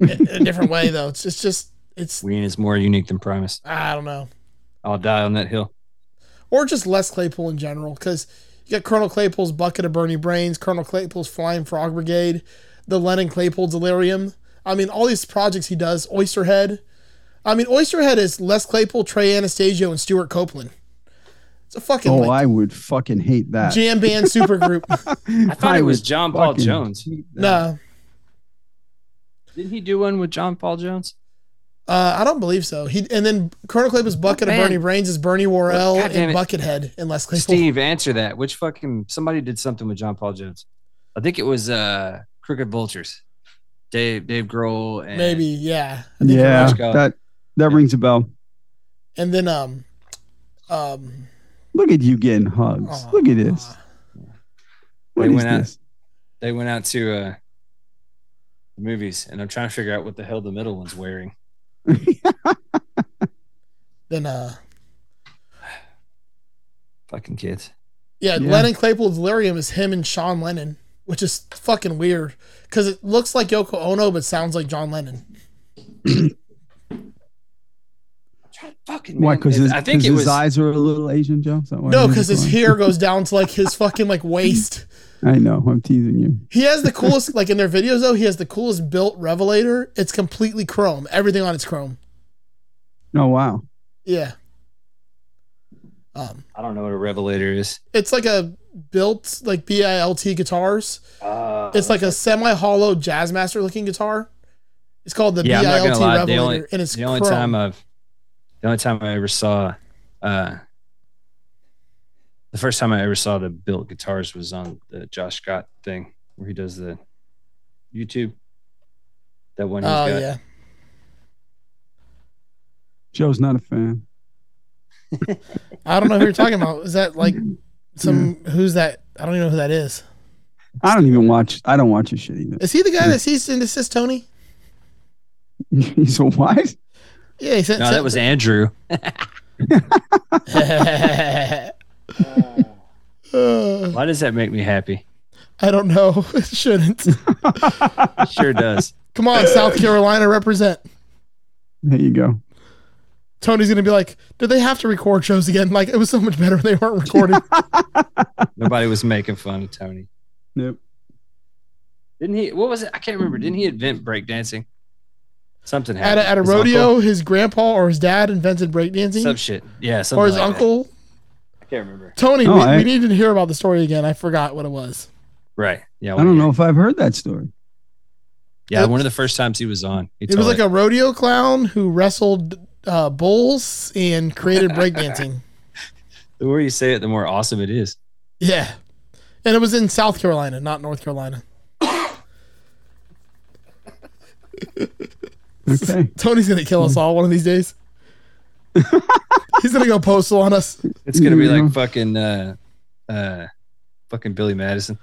A: In a different way, though. It's, it's just, it's,
B: Ween is more unique than Primus.
A: I don't know.
B: I'll die on that hill.
A: or just less Claypool in general, because you got Colonel Claypool's Bucket of Burning Brains, Colonel Claypool's Flying Frog Brigade, the Lennon Claypool Delirium. I mean, all these projects he does, Oysterhead. I mean, Oysterhead is Les Claypool, Trey Anastasio, and Stuart Copeland. It's a fucking
C: Oh,
A: like,
C: I would fucking hate that.
A: jam band supergroup.
B: I thought it was John Paul Jones.
A: no,
B: Didn't he do one with John Paul Jones?
A: uh, I don't believe so. He and then Colonel Claypool's Bucket
B: Oh,
A: of
B: man.
A: Burning Brains is Bernie Worrell
B: God damn
A: and
B: it.
A: Buckethead and Les Claypool.
B: Steve, answer that. Which fucking somebody did something with John Paul Jones? I think it was uh Crooked Vultures. Dave Dave Grohl and
A: Maybe, yeah. I think you're
C: Yeah,
B: Let's go.
C: that that rings a bell.
A: And then um, um, oh,
C: Look at you getting hugs. Look at this.
A: aw.
C: What
B: They
C: is
B: went out-
C: this?
B: they went out to uh the movies and I'm trying to figure out what the hell the middle one's wearing.
A: Then uh.
B: Fucking kids.
A: Yeah,
C: Yeah.
A: Lennon Claypool Delirium is him and Sean Lennon, which is fucking weird because it looks like Yoko Ono but sounds like John Lennon.
B: Fucking
C: Why?
B: man.
C: Because his,
B: I think
C: 'cause
B: it
C: his
B: was
C: eyes are a little Asian, Joe. Is that why
A: No,
C: you're
A: because his
C: going?
A: hair goes down to like his fucking like waist.
C: I know. I'm teasing you.
A: He has the coolest like in their videos though. He has the coolest built Revelator. It's completely chrome. Everything on it's chrome.
C: Oh wow.
A: Yeah. Um,
B: I don't know what a revelator is.
A: it's like a built like B I L T guitars.
B: Uh,
A: It's like a semi hollow Jazzmaster looking guitar. It's called the
B: Yeah, I'm
A: B
B: not
A: I
B: gonna
A: L T
B: lie, the
A: Revelator,
B: only-
A: and it's
B: the only
A: chrome.
B: time I've the only time I ever saw uh the first time I ever saw the built guitars was on the Josh Scott thing where he does the YouTube that one
A: Oh
B: he's got.
A: yeah,
C: Joe's not a fan.
A: I don't know who you're talking about. Is that like some who's that? I don't even know who that is.
C: I don't even watch. I don't watch his shit either.
A: Is he the guy that sees and assists Tony?
C: He's a wise.
A: Yeah, he sent.
B: No, that was Andrew.
A: Uh,
B: Why does that make me happy?
A: I don't know. It shouldn't.
B: It sure does.
A: Come on, South Carolina represent.
C: There you go.
A: Tony's gonna be like, did they have to record shows again? Like it was so much better when they weren't recording.
B: Nobody was making fun of Tony.
C: Nope.
B: Didn't he? What was it? I can't remember. Didn't he invent breakdancing? Something
A: at
B: happened.
A: a, at a
B: His
A: rodeo,
B: uncle?
A: his grandpa or his dad invented breakdancing,
B: Some shit. Yeah. Something
A: or his
B: like that.
A: uncle.
B: I can't remember.
A: Tony,
C: No,
A: we,
C: I-
A: we needed to hear about the story again. I forgot what it was.
B: Right. Yeah.
C: I don't know if I've heard that story.
B: Yeah. One of the first times he was on, he
A: It was like a rodeo clown who wrestled uh, bulls and created breakdancing.
B: the more you say it, the more awesome it is.
A: yeah, and it was in South Carolina, not North Carolina.
C: Okay.
A: Tony's gonna kill us all one of these days. He's gonna go postal on us.
B: It's gonna be
C: Yeah.
B: like fucking, uh, uh, fucking Billy Madison,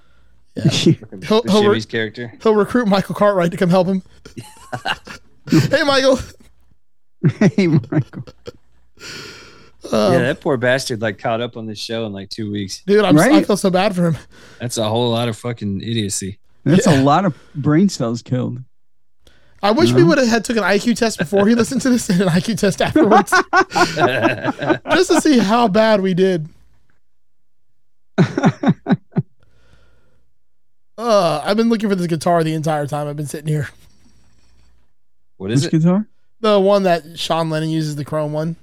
B: fucking
A: He'll-
B: the
A: he'll re-
B: Shimmy's character.
A: He'll recruit Michael Cartwright to come help him. hey, Michael.
C: hey, Michael.
A: Uh, Oh.
B: yeah, that poor bastard like caught up on this show in like two weeks.
A: Um, Dude, I'm, I
C: Right?
A: feel so bad for him.
B: That's a whole lot of fucking idiocy.
C: That's
A: Yeah.
C: a lot of brain cells killed.
A: I wish we
C: No.
A: would have had took an IQ test before he listened to this and an IQ test afterwards,
B: That's
A: just to see how bad we did. Uh, I've been looking for this guitar the entire time I've been sitting here.
B: what is
C: Which
B: it?
C: guitar?
A: The one that Sean Lennon uses, the chrome one,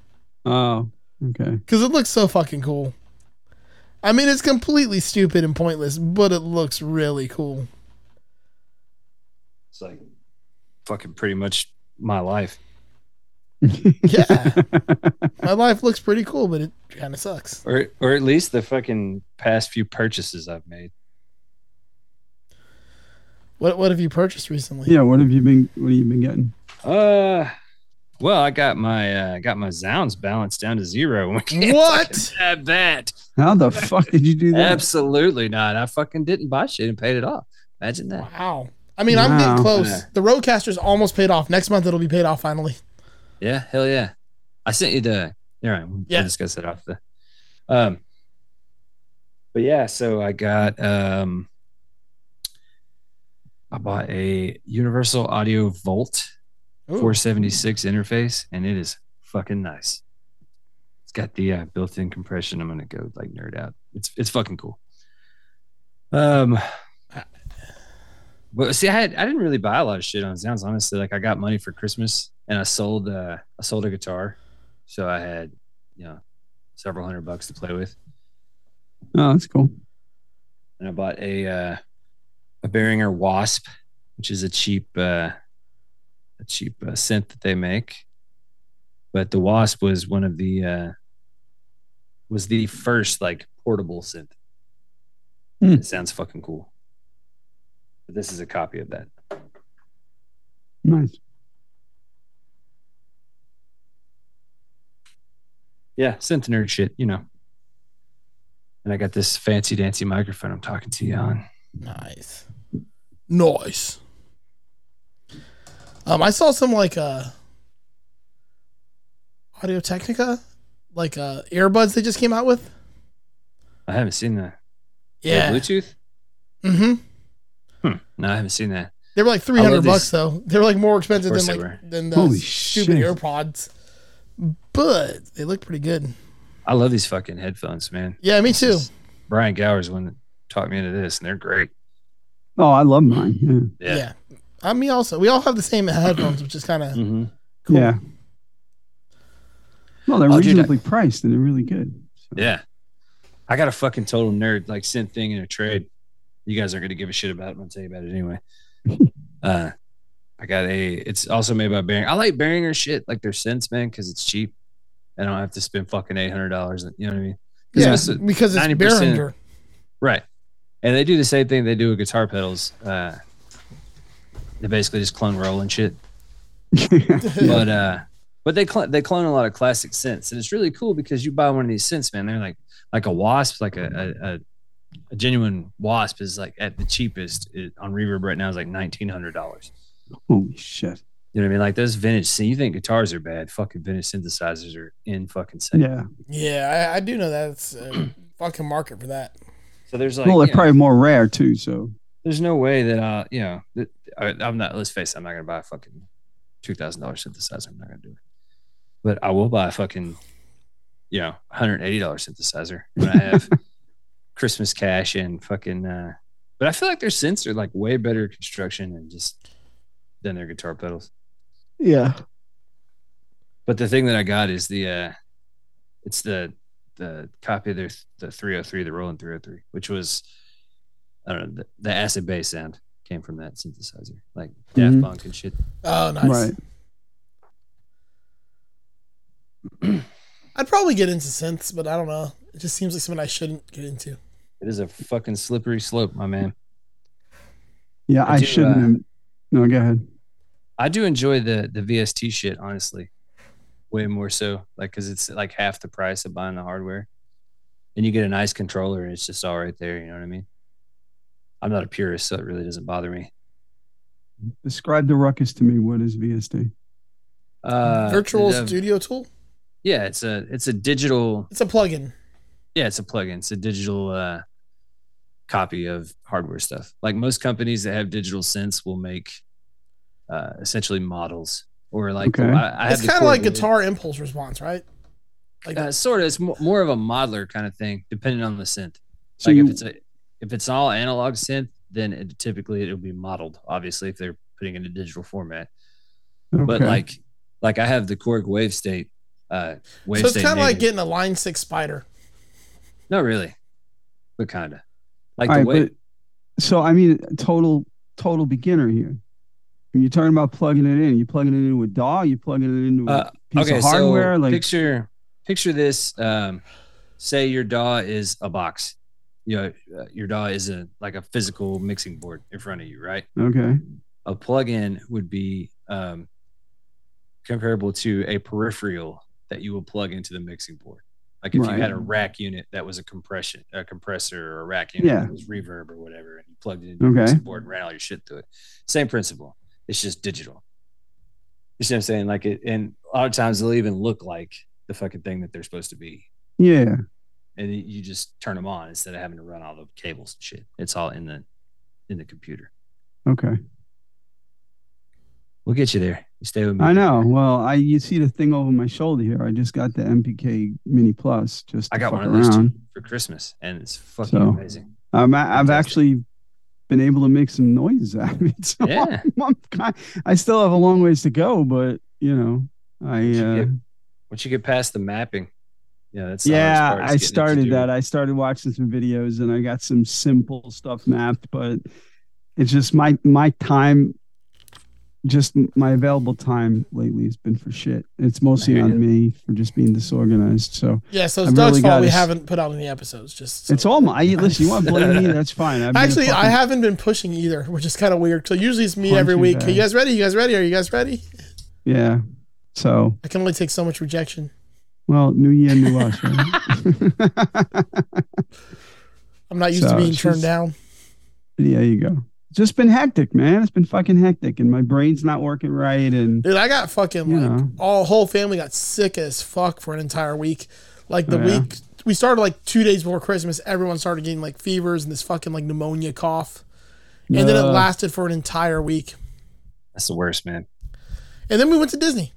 C: Oh, okay.
A: because it looks so fucking cool. I mean, it's completely stupid and pointless, but it looks really cool.
B: It's like fucking pretty much my life.
A: Yeah, my life looks pretty cool, but it kind of sucks.
B: Or or at least the fucking past few purchases I've made.
A: What What have you purchased recently?
C: yeah. What have you been? What have you been getting?
B: Uh well, I got my uh got my Zounds balance down to zero. We can't
A: What?
B: fucking Have that.
C: How the fuck did you do that?
B: Absolutely not. I fucking didn't buy shit and paid it off. Imagine that.
A: Wow. I mean, I'm getting
C: Wow.
A: close.
B: Yeah.
A: The Roadcaster's almost paid off. Next month, it'll be paid off finally.
B: Yeah, hell yeah. I sent you the. All right, we'll
A: Yeah.
B: discuss that off the. Um, but yeah, so I got um, I bought a Universal Audio Volt
A: Ooh.
B: 476 interface, and it is fucking nice. It's got the uh, built-in compression. I'm gonna go like nerd out. It's it's fucking cool. Um, but see, I had I didn't really buy a lot of shit on Sounds. Honestly, like I got money for Christmas, and I sold uh, I sold a guitar, so I had you know several hundred bucks to play with,
C: Oh, that's cool.
B: and I bought a uh, a Behringer Wasp, which is a cheap uh, a cheap uh, synth that they make. But the Wasp was one of the uh, was the first like portable synth.
C: Hmm.
B: It sounds fucking cool. But this is a copy of that.
C: Nice.
B: Yeah, synth nerd shit, you know. And I got this fancy dancy microphone I'm talking to you on.
A: Nice. Nice. Um, I saw some like uh Audio Technica, like uh earbuds they just came out with.
B: I haven't seen that.
A: Yeah.
B: Bluetooth?
A: Mm-hmm.
B: Hmm. No, I haven't seen that.
A: They were like three
B: I love
A: hundred bucks
B: these-
A: though. They were like more expensive
B: Of
A: than
B: course they
A: like than the
C: Holy
A: stupid
C: shit.
A: AirPods. But they look pretty good.
B: I love these fucking headphones, man.
A: Yeah, me
B: This
A: too.
B: is- Brian Gower's one that taught me into this, and they're great.
C: Oh, I love mine. Yeah.
A: Yeah. I mean also we all have the same headphones, which is kinda
B: Mhm.
A: cool.
C: Yeah. Well, they're
B: Oh, dude, I-
C: reasonably priced and they're really good.
B: Yeah. I got a fucking total nerd like sent thing in a trade. You guys aren't gonna give a shit about it. I'm gonna tell you about it anyway. uh I got a it's also made by Bering. I like Behringer shit, like their scents, man, because it's cheap. I don't have to spend fucking eight hundred dollars. You know what I mean? 'Cause
A: Yeah,
B: this is-
A: because it's
B: 90%
A: Behringer.
B: Right. And they do the same thing they do with guitar pedals. Uh, they basically just clone Roland shit. But uh, but they cl- they clone a lot of classic synths, and it's really cool because you buy one of these synths, man. They're like like a wasp, like a a, a, a genuine wasp is like at the cheapest it, on Reverb right now is like nineteen hundred dollars.
C: Holy shit.
B: You know what I mean? Like those vintage. See, you think guitars are bad? Fucking vintage synthesizers are in fucking synth.
C: Yeah.
A: Yeah, I, I do know that's a fucking market for that.
B: So there's like
C: Well,
B: you
C: they're
B: know,
C: probably more rare too. So
B: there's no way that uh you know that, I, I'm not let's face it I'm not gonna buy a fucking two thousand dollar synthesizer I'm not gonna do it but I will buy a fucking you know 180 dollar synthesizer when I have Christmas cash and fucking uh but I feel like their synths are like way better construction and just than their guitar pedals
C: yeah.
B: but the thing that I got is the uh it's the the copy of their the 303 the Roland 303 which was I don't know the, the acid bass sound came from that synthesizer like Daft
C: Mhm.
B: Punk and shit.
A: Oh, nice.
C: Right.
A: I'd probably get into synths, but I don't know. It just seems like something I shouldn't get into.
B: It is a fucking slippery slope, my man.
C: Yeah.
B: I
C: I,
B: do,
C: shouldn't.
B: uh,
C: have- no, go ahead.
B: I do enjoy the the VST shit honestly, way more so like because it's like half the price of buying the hardware, and you get a nice controller and it's just all right there. You know what I mean? I'm not a purist, so it really doesn't bother me.
C: Describe the ruckus to me. What is VSD?
B: Uh,
A: Virtual
B: the-
A: Studio Tool?
B: Yeah, it's a it's a digital.
A: It's a plugin.
B: Yeah, it's a plugin. It's a digital uh, copy of hardware stuff. Like most companies that have digital synths will make uh, essentially models or like
C: Okay.
B: I, I
A: It's
B: have the
A: kind of like
B: Corvid.
A: guitar impulse response, right? Like
B: Uh, sort of. It's mo- more of a modeler kind of thing, depending on the synth.
C: So
B: like
C: you,
B: if it's a if it's all analog synth, then it, typically it'll be modeled. Obviously, if they're putting it in a digital format, but
C: okay.
B: like like I have the Korg Wave State. Uh, wave
A: so it's
B: State
A: kind of like
B: native.
A: getting a Line 6 Spider.
B: Not really, but kind of. Like
C: All
B: the
C: right,
B: way,
C: but, so I mean, total total beginner here. When you're talking about plugging it in, you plugging it into a DAW, you plugging it into a
B: Uh,
C: piece
B: okay,
C: of hardware.
B: so
C: like,
B: picture picture this. Um, say your DAW is a box. You know, uh, your DAW is a like a physical mixing board in front of you, right?
C: okay,
B: A plug-in would be um, comparable to a peripheral that you will plug into the mixing board. Like if
C: Right.
B: you had a rack unit that was a compression, a compressor or a rack unit
C: Yeah.
B: that was reverb or whatever, and you plugged it into
C: Okay.
B: the mixing board and ran all your shit through it. Same principle. It's just digital. You see what I'm saying? Like it, and a lot of times they'll even look like the fucking thing that they're supposed to be.
C: yeah,
B: And you- you just turn them on instead of having to run all the cables and shit. It's all in the in the computer.
C: okay.
B: We'll get you there. You stay with me.
C: I know. Well, I you see the thing over my shoulder here. I just got the MPK Mini Plus. Just
B: I
C: to
B: got
C: fuck
B: one of those
C: around.
B: too for Christmas, and it's fucking
C: So-
B: amazing.
C: Um, I, I've
B: Fantastic.
C: actually been able to make some noises out of it. So
B: Yeah.
C: I'm, I'm ki- I still have a long ways to go, but you know, I
B: Once you
C: uh,
B: get- Once you get past the mapping, yeah, that's the hardest
C: yeah,
B: part, is
C: I
B: getting it to
C: started
B: do.
C: that. I started watching some videos and I got some simple stuff mapped, but it's just my my time, just my available time lately has been for shit. It's mostly
B: hear
C: on me for just being disorganized. So
A: Yeah, so it's
C: I've
A: Doug's
C: really
A: fault
C: got
A: we
C: a s-
A: haven't put out any episodes. Just so-
C: it's all my. Listen, you want to blame me? That's fine. I've been a
A: Actually, I
C: fucking-
A: haven't been pushing either, which is kind of weird. So usually it's me
C: Punching
A: every week.
C: bag.
A: Are you guys ready? You guys ready? Are you guys ready?
C: Yeah. So
A: I can only take so much rejection.
C: Well, new year, new us, right?
A: I'm not used
C: So
A: to being
C: it's
A: turned
C: just-
A: down.
C: yeah, you go. Just been hectic, man. It's been fucking hectic, and my brain's not working right. And
A: Dude, I got fucking
C: You
A: like
C: know.
A: all whole family got sick as fuck for an entire week. Like the
C: Oh, yeah?
A: week we started like two days before Christmas, everyone started getting like fevers and this fucking like pneumonia cough. And then it
C: uh,
A: lasted for an entire week.
B: That's the worst, man.
A: And then we went to Disney.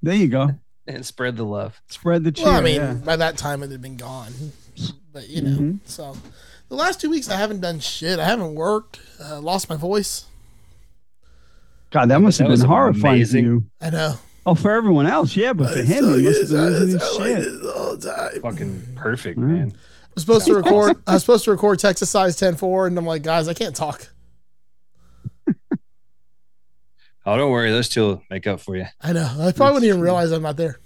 C: There you go.
B: And spread the love.
C: Spread the cheer.
A: Well, I mean,
C: yeah.
A: by that time it had been gone. But you know,
C: Mhm.
A: so the last two weeks I haven't done shit. I haven't worked. Uh, lost my voice.
C: God, that must
B: That
C: have been
B: was
C: horrifying
B: amazing.
C: for you.
A: I know.
C: Oh, for everyone else, yeah, but for him, he must have been losing his shit.
A: all the time.
B: Fucking perfect,
C: Mm.
B: man.
A: I was supposed to record. I was supposed to record Texas size 10-4, and I'm like, guys, I can't talk.
B: Oh, don't worry, those two will make up for you.
A: I know. I probably wouldn't even realize I'm not there.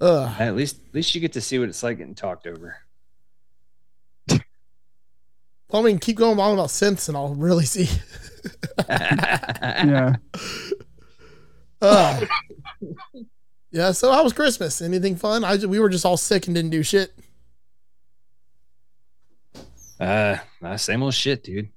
A: Ugh.
B: At least, at least you get to see what it's like getting talked over.
A: Well, I mean, keep going on about synths, and I'll really see.
C: Yeah.
A: Ugh. yeah. So how was Christmas? Anything fun? I ju- we were just all sick and didn't do shit.
B: Uh, uh, same old shit, dude.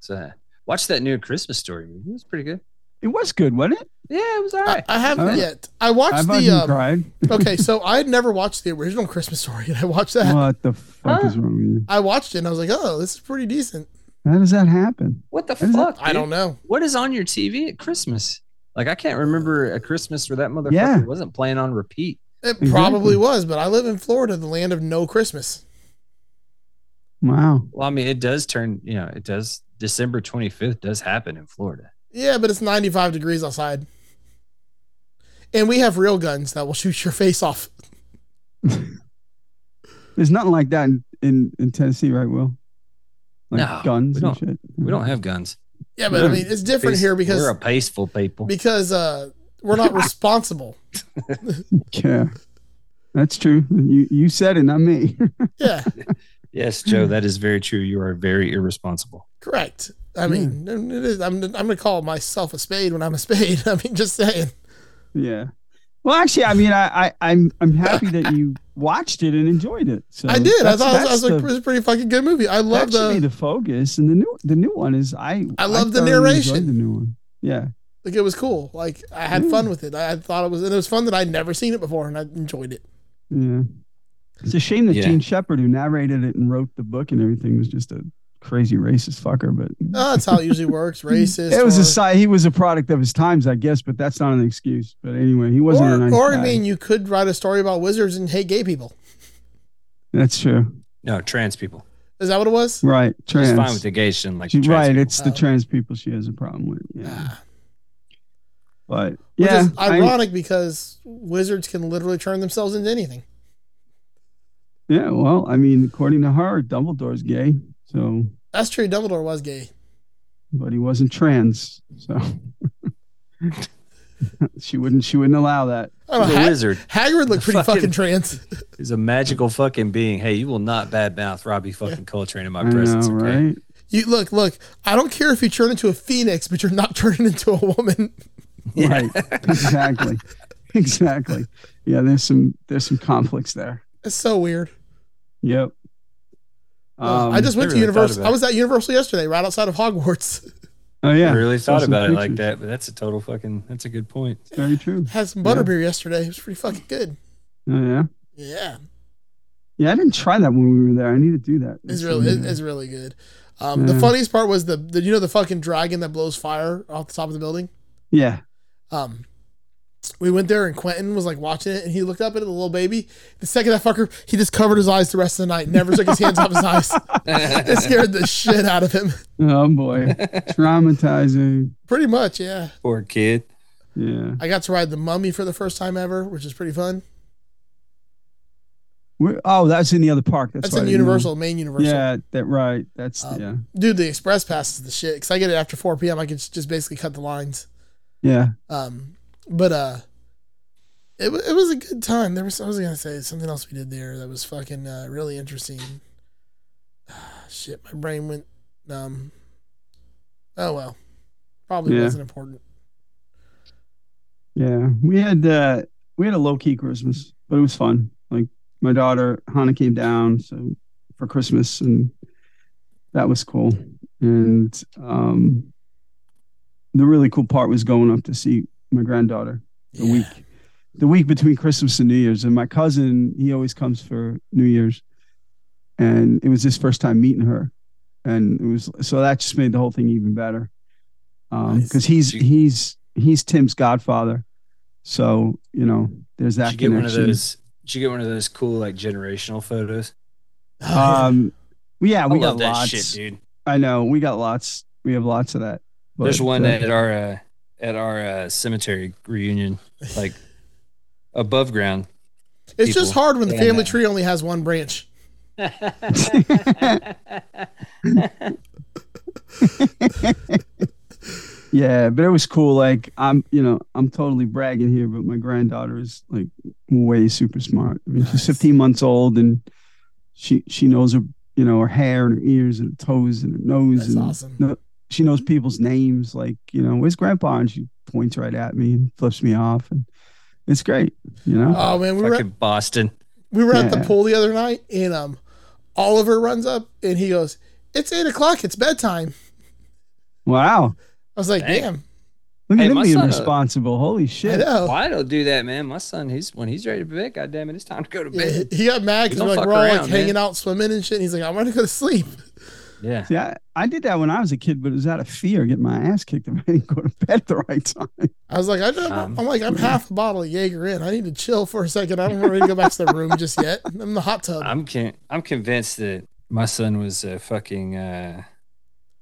B: So, uh, watch that new Christmas story movie. It was pretty good.
C: It was good, wasn't it?
B: Yeah, it was all
A: I,
B: right.
A: I haven't
C: Huh?
A: yet. I watched
C: I fucking
A: the. Um,
C: cried.
A: okay, so I had never watched the original Christmas story, and I watched that.
C: What the fuck
B: Huh?
C: is wrong with you?
A: I watched it, and I was like, "Oh, this is pretty decent."
C: How does that happen?
B: what the
C: What is
B: fuck?
A: I don't know.
B: What is on your TV at Christmas? Like, I can't remember a Christmas where that motherfucker
C: Yeah.
B: wasn't playing on repeat.
A: It
C: Exactly.
A: probably was, but I live in Florida, the land of no Christmas.
C: Wow.
B: Well, I mean, it does turn. You know, it does. December twenty fifth does happen in Florida.
A: Yeah, but it's 95 degrees outside. And we have real guns that will shoot your face off.
C: There's nothing like that in, in, in Tennessee, right, Will? Like
B: No,
C: guns
B: we
C: and
B: don't-
C: shit.
B: We don't have guns.
A: Yeah, but I mean, it's different
B: Peace-
A: here because
B: we're a peaceful people.
A: because uh, we're not responsible.
C: Yeah. That's true. You you said it, not me.
A: Yeah,
B: Yes, Joe, that is very true. You are very irresponsible.
A: correct. I
C: Hmm.
A: mean, it is, I'm, I'm going to call myself a spade when I'm a spade. I mean, just saying.
C: yeah. Well, actually, I mean, I, I I'm I'm happy that you watched it and enjoyed it. So
A: I did. I
C: that's-
A: thought it was, I
C: that's
A: was like,
C: the-
A: it was a pretty fucking good movie. I love
C: that should be
A: the,
C: the focus, and the new the new one is I.
A: I love the
C: thoroughly
A: narration.
C: enjoyed The new one, yeah,
A: like, it was cool. Like, I had
C: Yeah.
A: fun with it. I, I thought it was, and it was fun that I'd never seen it before and I enjoyed it.
C: yeah. It's a shame that
B: Yeah.
C: Gene Shepard, who narrated it and wrote the book and everything, was just a crazy racist fucker. But
A: Uh, that's how it usually works. Racist.
C: Hmm.
A: uh,
C: it was
A: or-
C: a si- he was a product of his times, I guess. But that's not an excuse. But anyway, he wasn't
A: or,
C: a nice
A: or I
C: guy.
A: mean, you could write a story about wizards and hate gay people.
C: that's true,
B: No, trans people.
A: Is that what it was?
C: right? Trans.
B: She's fine with the gay shit. and, Like
C: She-
B: trans
C: right,
B: people.
C: it's the
A: Oh.
C: trans people she has a problem with. Yeah,
A: Ah.
C: but
A: Which
C: yeah,
A: is
C: I-
A: ironic because wizards can literally turn themselves into anything.
C: yeah. Well, I mean, according to her, Dumbledore's gay, so
A: That's true. Dumbledore was gay.
C: but he wasn't trans, so she wouldn't she wouldn't allow that.
A: I don't
B: He's
A: know.
B: a
A: Hag-
B: wizard.
A: Hagrid looked pretty
B: Fucking-
A: fucking trans.
B: He's a magical fucking being. Hey, you will not badmouth Robbie fucking Coltrane in my
C: I
B: presence.
C: know,
B: okay?
C: right?
A: You look, look. I don't care if you turn into a phoenix, but you're not turning into a woman.
C: Right, exactly, exactly. Yeah, there's some there's some conflicts there.
A: It's so weird.
C: Yep. Um,
A: Uh, I just went
B: Um,
A: to
B: I really thought
A: Universal.
B: about
A: I
B: it.
A: was at Universal yesterday, right outside of Hogwarts.
C: oh yeah,
B: I really
C: saw
B: thought
C: some
B: about it like
C: pictures.
B: that, but that's a total fucking. That's a good point.
C: Very true.
A: Had some
C: Yeah.
A: butterbeer yesterday. It was pretty fucking good.
C: Oh yeah,
A: Yeah,
C: yeah. I didn't try that when we were there. I need to do that.
A: it's
C: next
A: really,
C: time.
A: it- it's really good. Um, The
C: Yeah.
A: funniest part was the, the, you know, the fucking dragon that blows fire off the top of the building.
C: yeah.
A: Um, we went there and Quentin was like watching it and he looked up at the little baby. The second that fucker, he just covered his eyes the rest of the night. Never took his hands off his eyes. It scared the shit out of him.
C: Oh boy, traumatizing.
A: Pretty much, yeah.
B: Poor kid.
C: Yeah.
A: I got to ride the mummy for the first time ever, which is pretty fun.
C: We're, oh, that's in the other park. That's,
A: That's
C: why I
A: in
C: didn't know.
A: Universal, main Universal.
C: Yeah, that right. That's
A: Um,
C: yeah,
A: Dude, the express pass is the shit because I get it after 4 p.m. I can s- just basically cut the lines.
C: yeah.
A: Um, but uh, it, wa- it was a good time. There was I was gonna say something else we did there that was fucking uh, really interesting. Shit, my brain went numb. Oh well, probably
C: Yeah.
A: wasn't important.
C: Yeah, we had uh, we had a low key Christmas, but it was fun. Like my daughter Hannah came down so for Christmas, and that was cool. And um, the really cool part was going up to see my granddaughter the
A: Yeah.
C: week the week between Christmas and New Year's. And my cousin, he always comes for New Year's, and it was his first time meeting her, and it was so that just made the whole thing even better
A: Nice.
C: because he's
B: She-
C: he's he's Tim's godfather, so you know there's
B: Did
C: that
B: you get one of
C: connection.
B: those? Did you get one of those cool like generational photos?
A: Oh,
C: Um, yeah, we
B: I
C: got
B: love that
C: lots.
B: shit, dude.
C: I know we got lots. We have lots of that.
B: There's
C: But,
B: one
C: uh,
B: at our uh, at our uh, cemetery reunion. Like above ground.
A: It's
B: people
A: just hard when the
B: saying
A: family
B: that.
A: tree only has one branch.
C: Yeah, but it was cool. Like I'm, you know, I'm totally bragging here, but my granddaughter is like way super smart. I mean, she's
A: Nice.
C: 15 months old, and she she knows her, you know, her hair and her ears and her toes and her nose,
A: That's
C: and
A: awesome.
C: no- she knows people's names. Like, you know, where's Grandpa? And she points right at me and flips me off, and it's great. You know,
A: Oh man, we were
B: Fucking Boston.
A: we were at the
C: Yeah.
A: pool the other night, and um, Oliver runs up and he goes, "It's eight o'clock. It's bedtime."
C: wow,
A: I was like,
B: Dang.
A: "Damn,
C: look
B: Hey,
C: at him
B: my
C: being
B: son-
C: responsible. Holy
A: I
C: shit!
A: know."
B: Why don't do that, man? My son, he's when he's ready to bed. God damn it, it's time to go to
A: Yeah, he-
B: bed.
A: he got mad because
B: Don't
A: we're like
B: fuck
A: we're all like
B: around,
A: hanging
B: man.
A: out swimming and shit. And he's like, "I want to go to sleep."
B: Yeah,
C: See, I, I did that when I was a kid, but it was out of fear of getting my ass kicked if I didn't go to bed at the right time.
A: I was like, I don't,
B: Um,
A: I'm like, I'm half a bottle of Jaeger in. I need to chill for a second. I don't want to go back to the room just yet. I'm in the hot tub.
B: I'm con- I'm convinced that my son was a fucking uh,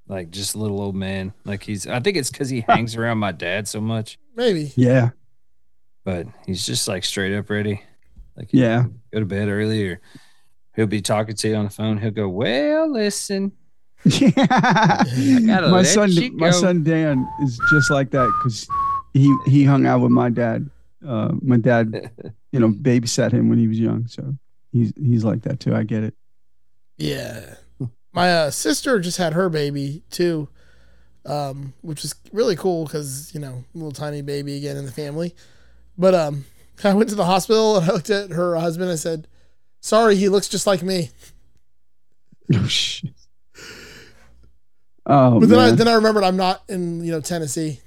B: like just a little old man. Like he's. I think it's because he hangs around my dad so much,
A: Maybe.
C: Yeah,
B: but he's just like straight up ready. Like
C: yeah.
B: go to bed early or he'll be talking to you on the phone. He'll go, Well, listen.
C: Yeah.
B: gotta
C: my
B: let
C: son,
B: you
C: my
B: go.
C: son Dan is just like that because he he hung out with my dad. Uh, my dad, you know, babysat him when he was young, so he's he's like that too. I get it.
A: Yeah. My uh, sister just had her baby too, um, which is really cool because you know little tiny baby again in the family. But um, I went to the hospital and I looked at her husband. I said, "Sorry, he looks just like me."
C: Oh shit. Oh
A: but then I
C: man.
A: then I remembered I'm not in you know Tennessee.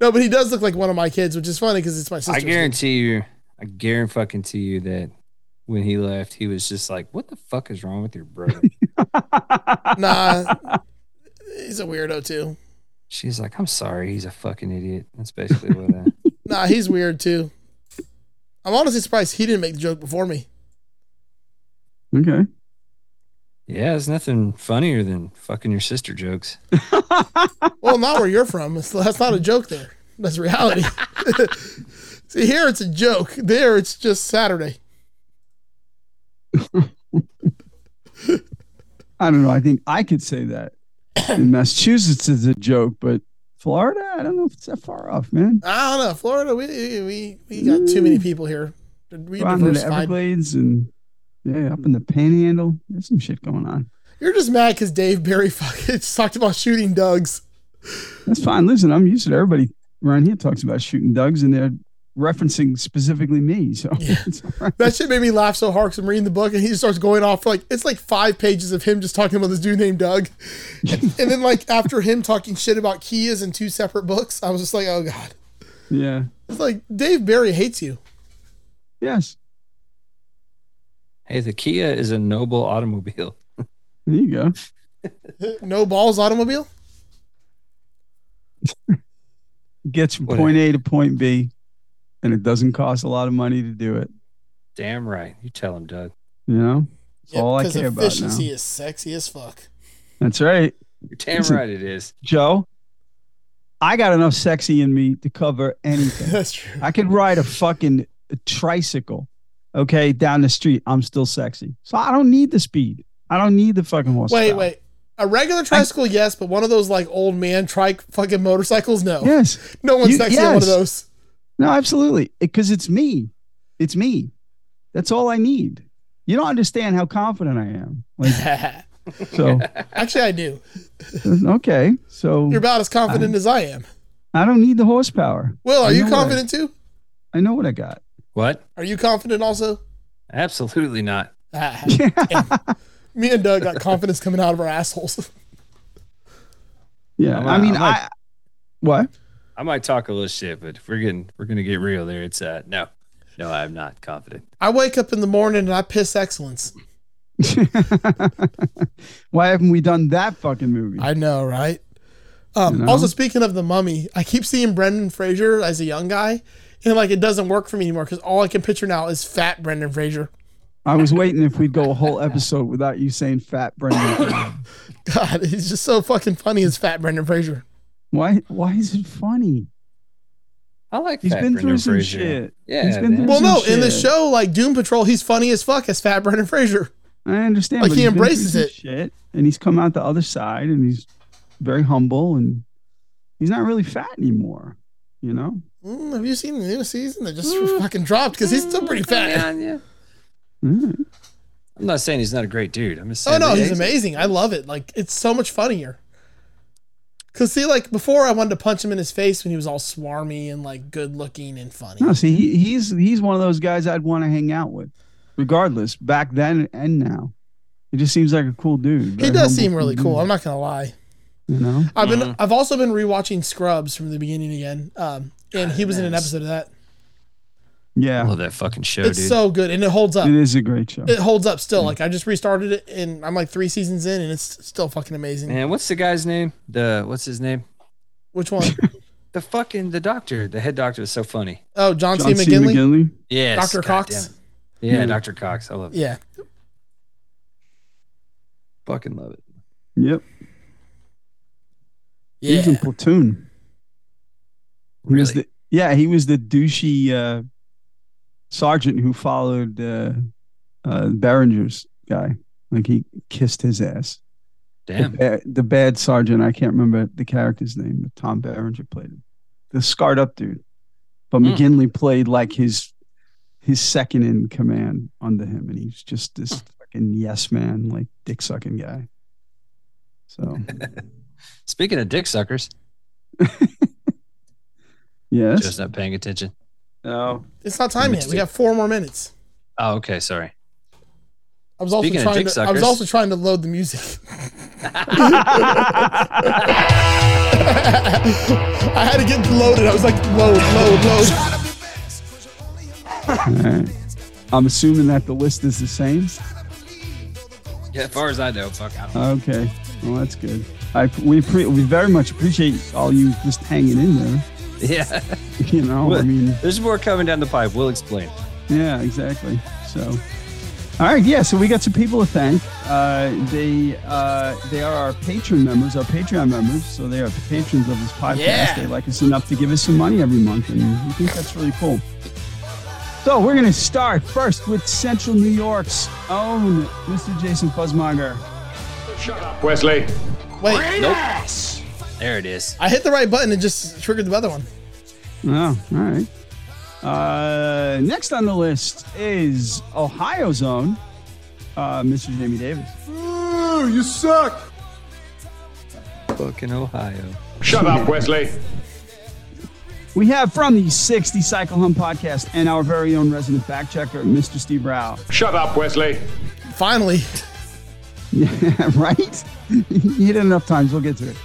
A: no, but he does look like one of my kids, which is funny because it's my sister.
B: I guarantee you, I guarantee fucking to you that when he left, he was just like, What the fuck is wrong with your brother?
A: Nah, he's a weirdo too.
B: She's like, I'm sorry, he's a fucking idiot. That's basically what uh, I
A: Nah, he's weird too. I'm honestly surprised he didn't make the joke before me.
C: okay.
B: Yeah, there's nothing funnier than fucking your sister jokes.
A: Well, not where you're from. It's, that's not a joke there. That's reality. See, here it's a joke. There it's just Saturday.
C: I don't know. I think I could say that in Massachusetts is a joke, but Florida, I don't know if it's that far off, man.
A: I don't know. Florida, we we, we got too many people here. We
C: Around the
A: diversified.
C: Everglades and yeah, up in the Panhandle, there's some shit going on.
A: You're just mad because Dave Barry fucking talked about shooting Dugs.
C: That's fine. Listen, I'm used to it. everybody around here talks about shooting Dugs, and they're referencing specifically me. So it's all right.
A: That shit made me laugh so hard because I'm reading the book and he just starts going off for like it's like five pages of him just talking about this dude named Doug, and then like after him talking shit about Kias in two separate books, I was just like, oh god,
C: yeah.
A: it's like Dave Barry hates you.
C: Yes.
B: Hey, the Kia is a noble automobile.
C: There you go.
A: No balls automobile.
C: Gets from
B: What
C: point A to point B, and it doesn't cost a lot of money to do it.
B: Damn right. You tell him, Doug.
C: You know, that's all I
A: because
C: care about now.
A: efficiency is sexy as fuck.
C: That's right,
B: You're damn
C: Listen.
B: right it is.
C: Joe. I got enough sexy in me to cover anything.
A: That's true.
C: I could ride a fucking tricycle, okay, down the street. I'm still sexy. So I don't need the speed. I don't need the fucking horse.
A: Wait, wait. A regular tricycle, yes, but one of those like old man tri fucking motorcycles, no.
C: Yes.
A: No one's
C: You-
A: sexy on one
C: yes.
A: of those.
C: No, absolutely. Because it's me. It's me. That's all I need. You don't understand how confident I am. Like so.
A: Actually, I do.
C: okay. So
A: You're about as confident as I am.
C: I don't need the horsepower.
A: Will, are
C: I
A: you
C: know what I-
A: confident too?
C: I know what I got.
B: What?
A: Are you confident also?
B: Absolutely not.
A: Ah, me and Doug got confidence coming out of our assholes.
C: yeah.
B: I'm
C: I
B: a-
C: mean,
B: I'm a-
C: I. What?
B: I might talk a little shit, but if we're getting we're gonna get real there. It's uh no. No, I'm not confident.
A: I wake up in the morning and I piss excellence.
C: Why haven't we done that fucking movie?
A: I know, right? Um,
C: You know?
A: Also, speaking of the mummy, I keep seeing Brendan Fraser as a young guy, and like it doesn't work for me anymore because all I can picture now is fat Brendan Fraser.
C: I was waiting if we'd go a whole episode without you saying fat Brendan.
A: God, he's just so fucking funny as fat Brendan Fraser.
C: Why? Why is it funny?
B: I like
C: He's
B: Fat
C: been
B: Brendan
C: through some
B: Fraser.
C: shit.
B: Yeah,
C: He's been
B: man.
C: through-
A: Well, no,
C: Some
A: in the
C: shit.
A: show, like Doom Patrol, he's funny as fuck as Fat Brendan Fraser.
C: I understand.
A: Like,
C: but
A: he
C: he's been through
A: embraces
C: some
A: it.
C: Shit, and he's come out the other side, and he's very humble, and he's not really fat anymore. You know.
A: Mm, have you seen the new season that just
B: Mm.
A: fucking dropped? Because he's still pretty fat.
B: Yeah, yeah.
C: Mm.
B: I'm not saying he's not a great dude. I'm just saying.
A: Oh no,
B: that
A: he's amazing. I love it. Like it's so much funnier. Cause see, like before, I wanted to punch him in his face when he was all swarmy and like good looking and funny.
C: No, see, he, he's he's one of those guys I'd want to hang out with, regardless. Back then and now, he just seems like a cool dude.
A: He
C: very
A: does
C: humble,
A: seem really cool.
C: dude,
A: I'm not gonna lie.
C: You know.
A: I've been
B: Mhm.
A: I've also been rewatching Scrubs from the beginning again. Um, and he was in an
B: Nice.
A: episode of that.
B: I
C: Yeah, Mm.
B: love that fucking show,
A: It's
B: dude.
A: so good and it holds up.
C: it is a great show.
A: It holds up still. Like I just restarted it and I'm like three seasons in and it's still fucking amazing.
B: Man, what's the guy's name? The what's his name?
A: Which one?
B: The fucking the doctor, the head doctor is so funny.
A: Oh, John,
C: John
A: C.
C: C.
A: McGinley.
C: McGinley.
B: Yeah,
A: Dr. Cox.
B: Yeah,
C: Yeah.
B: Dr. Cox. I love it.
A: Yeah.
B: Fucking love it.
C: Yep. He was in
A: Yeah.
C: Platoon. He was
B: Really?
C: the, yeah, he was the douchey uh, sergeant who followed uh, uh, Behringer's guy. Like he kissed his ass. The,
B: Damn.
C: ba- the bad sergeant, I can't remember the character's name, but Tom Behringer played him. The scarred up dude. But
B: Hmm.
C: McGinley played like his his second in command under him, and he's just
B: Hmm.
C: this fucking yes man, like dick sucking guy. So
B: Speaking of dick suckers,
C: yes.
B: just not paying attention.
C: oh.
A: It's not time yet. We got four more minutes.
B: Oh, okay, sorry.
A: I was also
B: Speaking of
A: trying
B: dick
A: to, I was
B: suckers.
A: also trying to load the music. I had to get loaded. I was like, load, load, load.
C: I'm assuming that the list is the same.
B: Yeah, as far as I know, fuck. I don't
C: Okay, well that's good. I we pre- we very much appreciate all you just hanging in there.
B: Yeah.
C: You know, I mean,
B: There's more coming down the pipe. We'll explain.
C: yeah, exactly. So, all right, yeah. So we got some people to thank. Uh, they uh, they are our patron members, our Patreon members. So they are patrons of this podcast.
A: Yeah.
C: They like us enough to give us some money every month, and we think that's really cool. So we're gonna start first with Central New York's own Mr. Jason Fuzzmonger.
D: Wesley.
A: Wait,
B: There it is.
A: I hit the right button and just triggered the other one.
C: Oh, all right. Uh, next on the list is Ohio's own uh, Mr. Jamie Davis.
B: Fucking Ohio.
D: Shut up, Wesley.
C: We have from the 60 Cycle Hum podcast and our very own resident fact checker, Mr. Steve Rao.
D: Shut up, Wesley.
A: Finally,
C: Yeah, right? you hit it enough times. We'll get to it.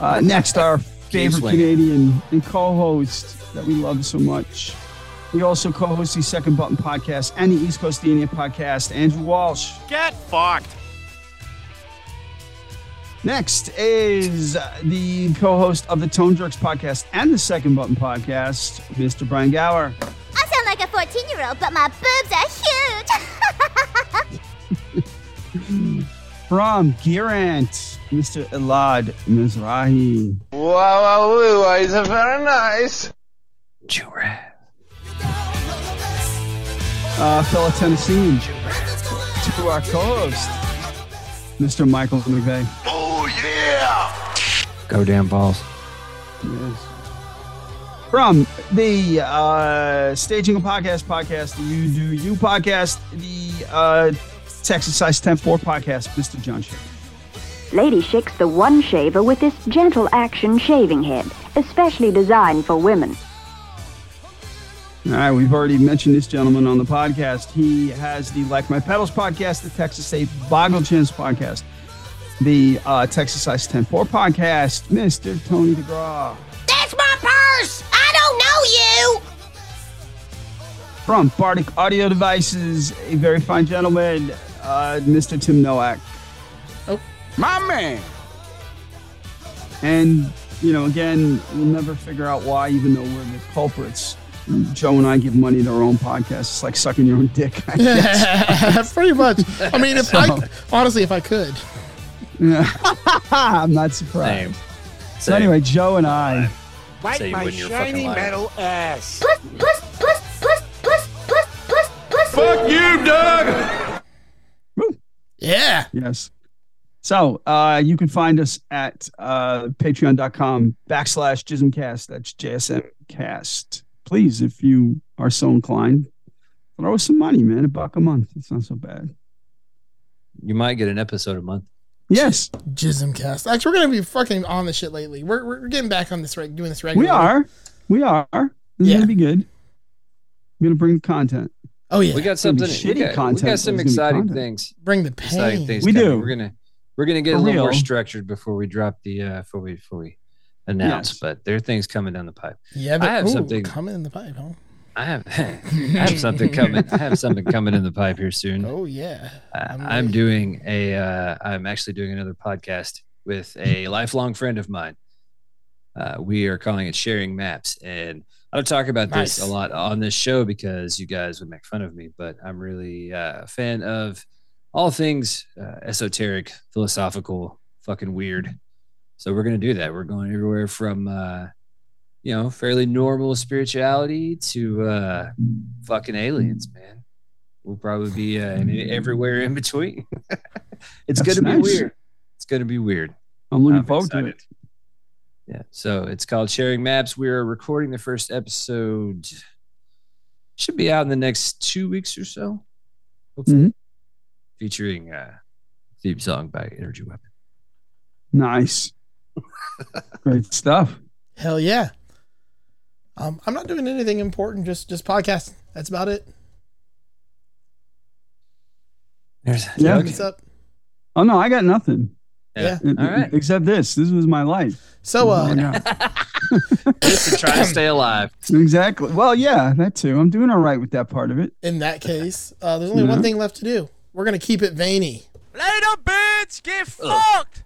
C: Uh, next, our favorite
B: swinging.
C: Canadian and co host that we love so much. We also co host the Second Button podcast and the East Coast DNA podcast, Andrew Walsh. Get fucked. Next is uh, the co host of the Tone Jerks podcast and the Second Button podcast, Mr. Brian Gower.
E: I sound like a 14 year old, but my boobs are huge.
C: From Gearant, Mr. Elad Mizrahi.
F: Wow, wow, wow, it's very nice.
B: Giraffe.
C: uh, fellow Tennessean to our co-host, Mr. Michael McVeigh.
B: Go down balls.
C: Yes. From the uh, Staging a Podcast podcast, the You Do You podcast, the uh, Texas Size 10-4 podcast, Mr. John Shea.
G: Lady shakes the one shaver with this gentle action shaving head, especially designed for women.
C: All right, we've already mentioned this gentleman on the podcast. He has the Like My Pedals podcast, the Texas State Boggle Chins podcast, the uh, Texas Size 10-4 podcast, Mr. Tony DeGraw.
E: That's my purse! I don't know you!
C: from Bardic Audio Devices, a very fine gentleman, uh, Mr. Tim Nowak.
A: Oh.
C: My man. And, you know, again, we'll never figure out why, even though we're the culprits. Joe and I give money to our own podcast. It's like sucking your own dick. I guess.
A: pretty much. I mean, if I honestly, if I could,
C: I'm not surprised.
B: Same.
C: So anyway, Joe and I
B: say you wouldn't, you're a fucking liar.
H: ass.
E: Puss, puss, puss, puss, puss, puss, puss.
D: Fuck you, Doug!
A: Yeah.
C: Yes. So uh, you can find us at uh, patreon.com backslash jismcast. That's JSMcast. Please, if you are so inclined, throw us some money, man. A buck a month. It's not so bad.
B: You might get an episode a month.
C: Yes,
A: Jismcast. Actually, we're gonna be fucking on the shit lately. We're, we're we're getting back on this right, doing this
C: we
A: regularly.
C: are. We are. This is
A: Yeah.
C: going to be good. I'm going to bring the content.
A: Oh yeah.
B: We got
C: It's gonna be
B: something.
C: shitty
B: We got, we
C: content,
B: got
C: but
B: some
C: it's gonna be
B: exciting
C: content.
B: things.
A: Bring the
B: Exciting
A: pain.
B: things.
C: We
B: coming.
C: do.
B: We're gonna we're gonna get
C: For
B: a little more
C: real.
B: structured before we drop the uh before we before we announce.
C: Yes.
B: But there are things coming down the pipe.
A: Yeah, but
B: I have
A: ooh,
B: something-
A: coming in the pipe, huh?
B: I have I have something coming. I have something coming in the pipe here soon.
A: Oh yeah.
B: Uh,
A: I'm
B: I'm
A: ready.
B: doing a. Uh, I'm actually doing another podcast with a lifelong friend of mine. Uh, we are calling it sharing maps, and I don't talk about
A: Nice.
B: this a lot on this show because you guys would make fun of me. But I'm really uh, a fan of all things uh, esoteric, philosophical, fucking weird. So we're gonna do that. We're going everywhere from. Uh, you know, fairly normal spirituality to uh, fucking aliens, man. We'll probably be uh, in, everywhere in between. it's
C: That's
B: gonna be
C: nice.
B: weird. It's gonna be weird.
C: I'm looking
B: I'm
C: forward to
B: excited.
C: it.
B: Yeah. So it's called Sharing Maps. We are recording the first episode. Should be out in the next two weeks or so. Hopefully.
C: Mhm.
B: Featuring uh, theme song by Energy Weapon.
C: Nice. Great stuff.
A: Hell yeah. Um, I'm not doing anything important. Just just podcast. That's about it.
B: There's
C: Yeah.
B: Doug.
A: What's up?
C: Oh, no, I got nothing.
A: Yeah.
B: All right.
C: Except this. This was my life.
A: So
C: Oh,
A: uh,
C: no.
B: Just to try to stay alive.
C: exactly. Well, yeah, that too. I'm doing all right with that part of it.
A: in that case, uh, there's only
C: Yeah.
A: one thing left to do. We're gonna keep it veiny.
H: Later, bitch. Get fucked.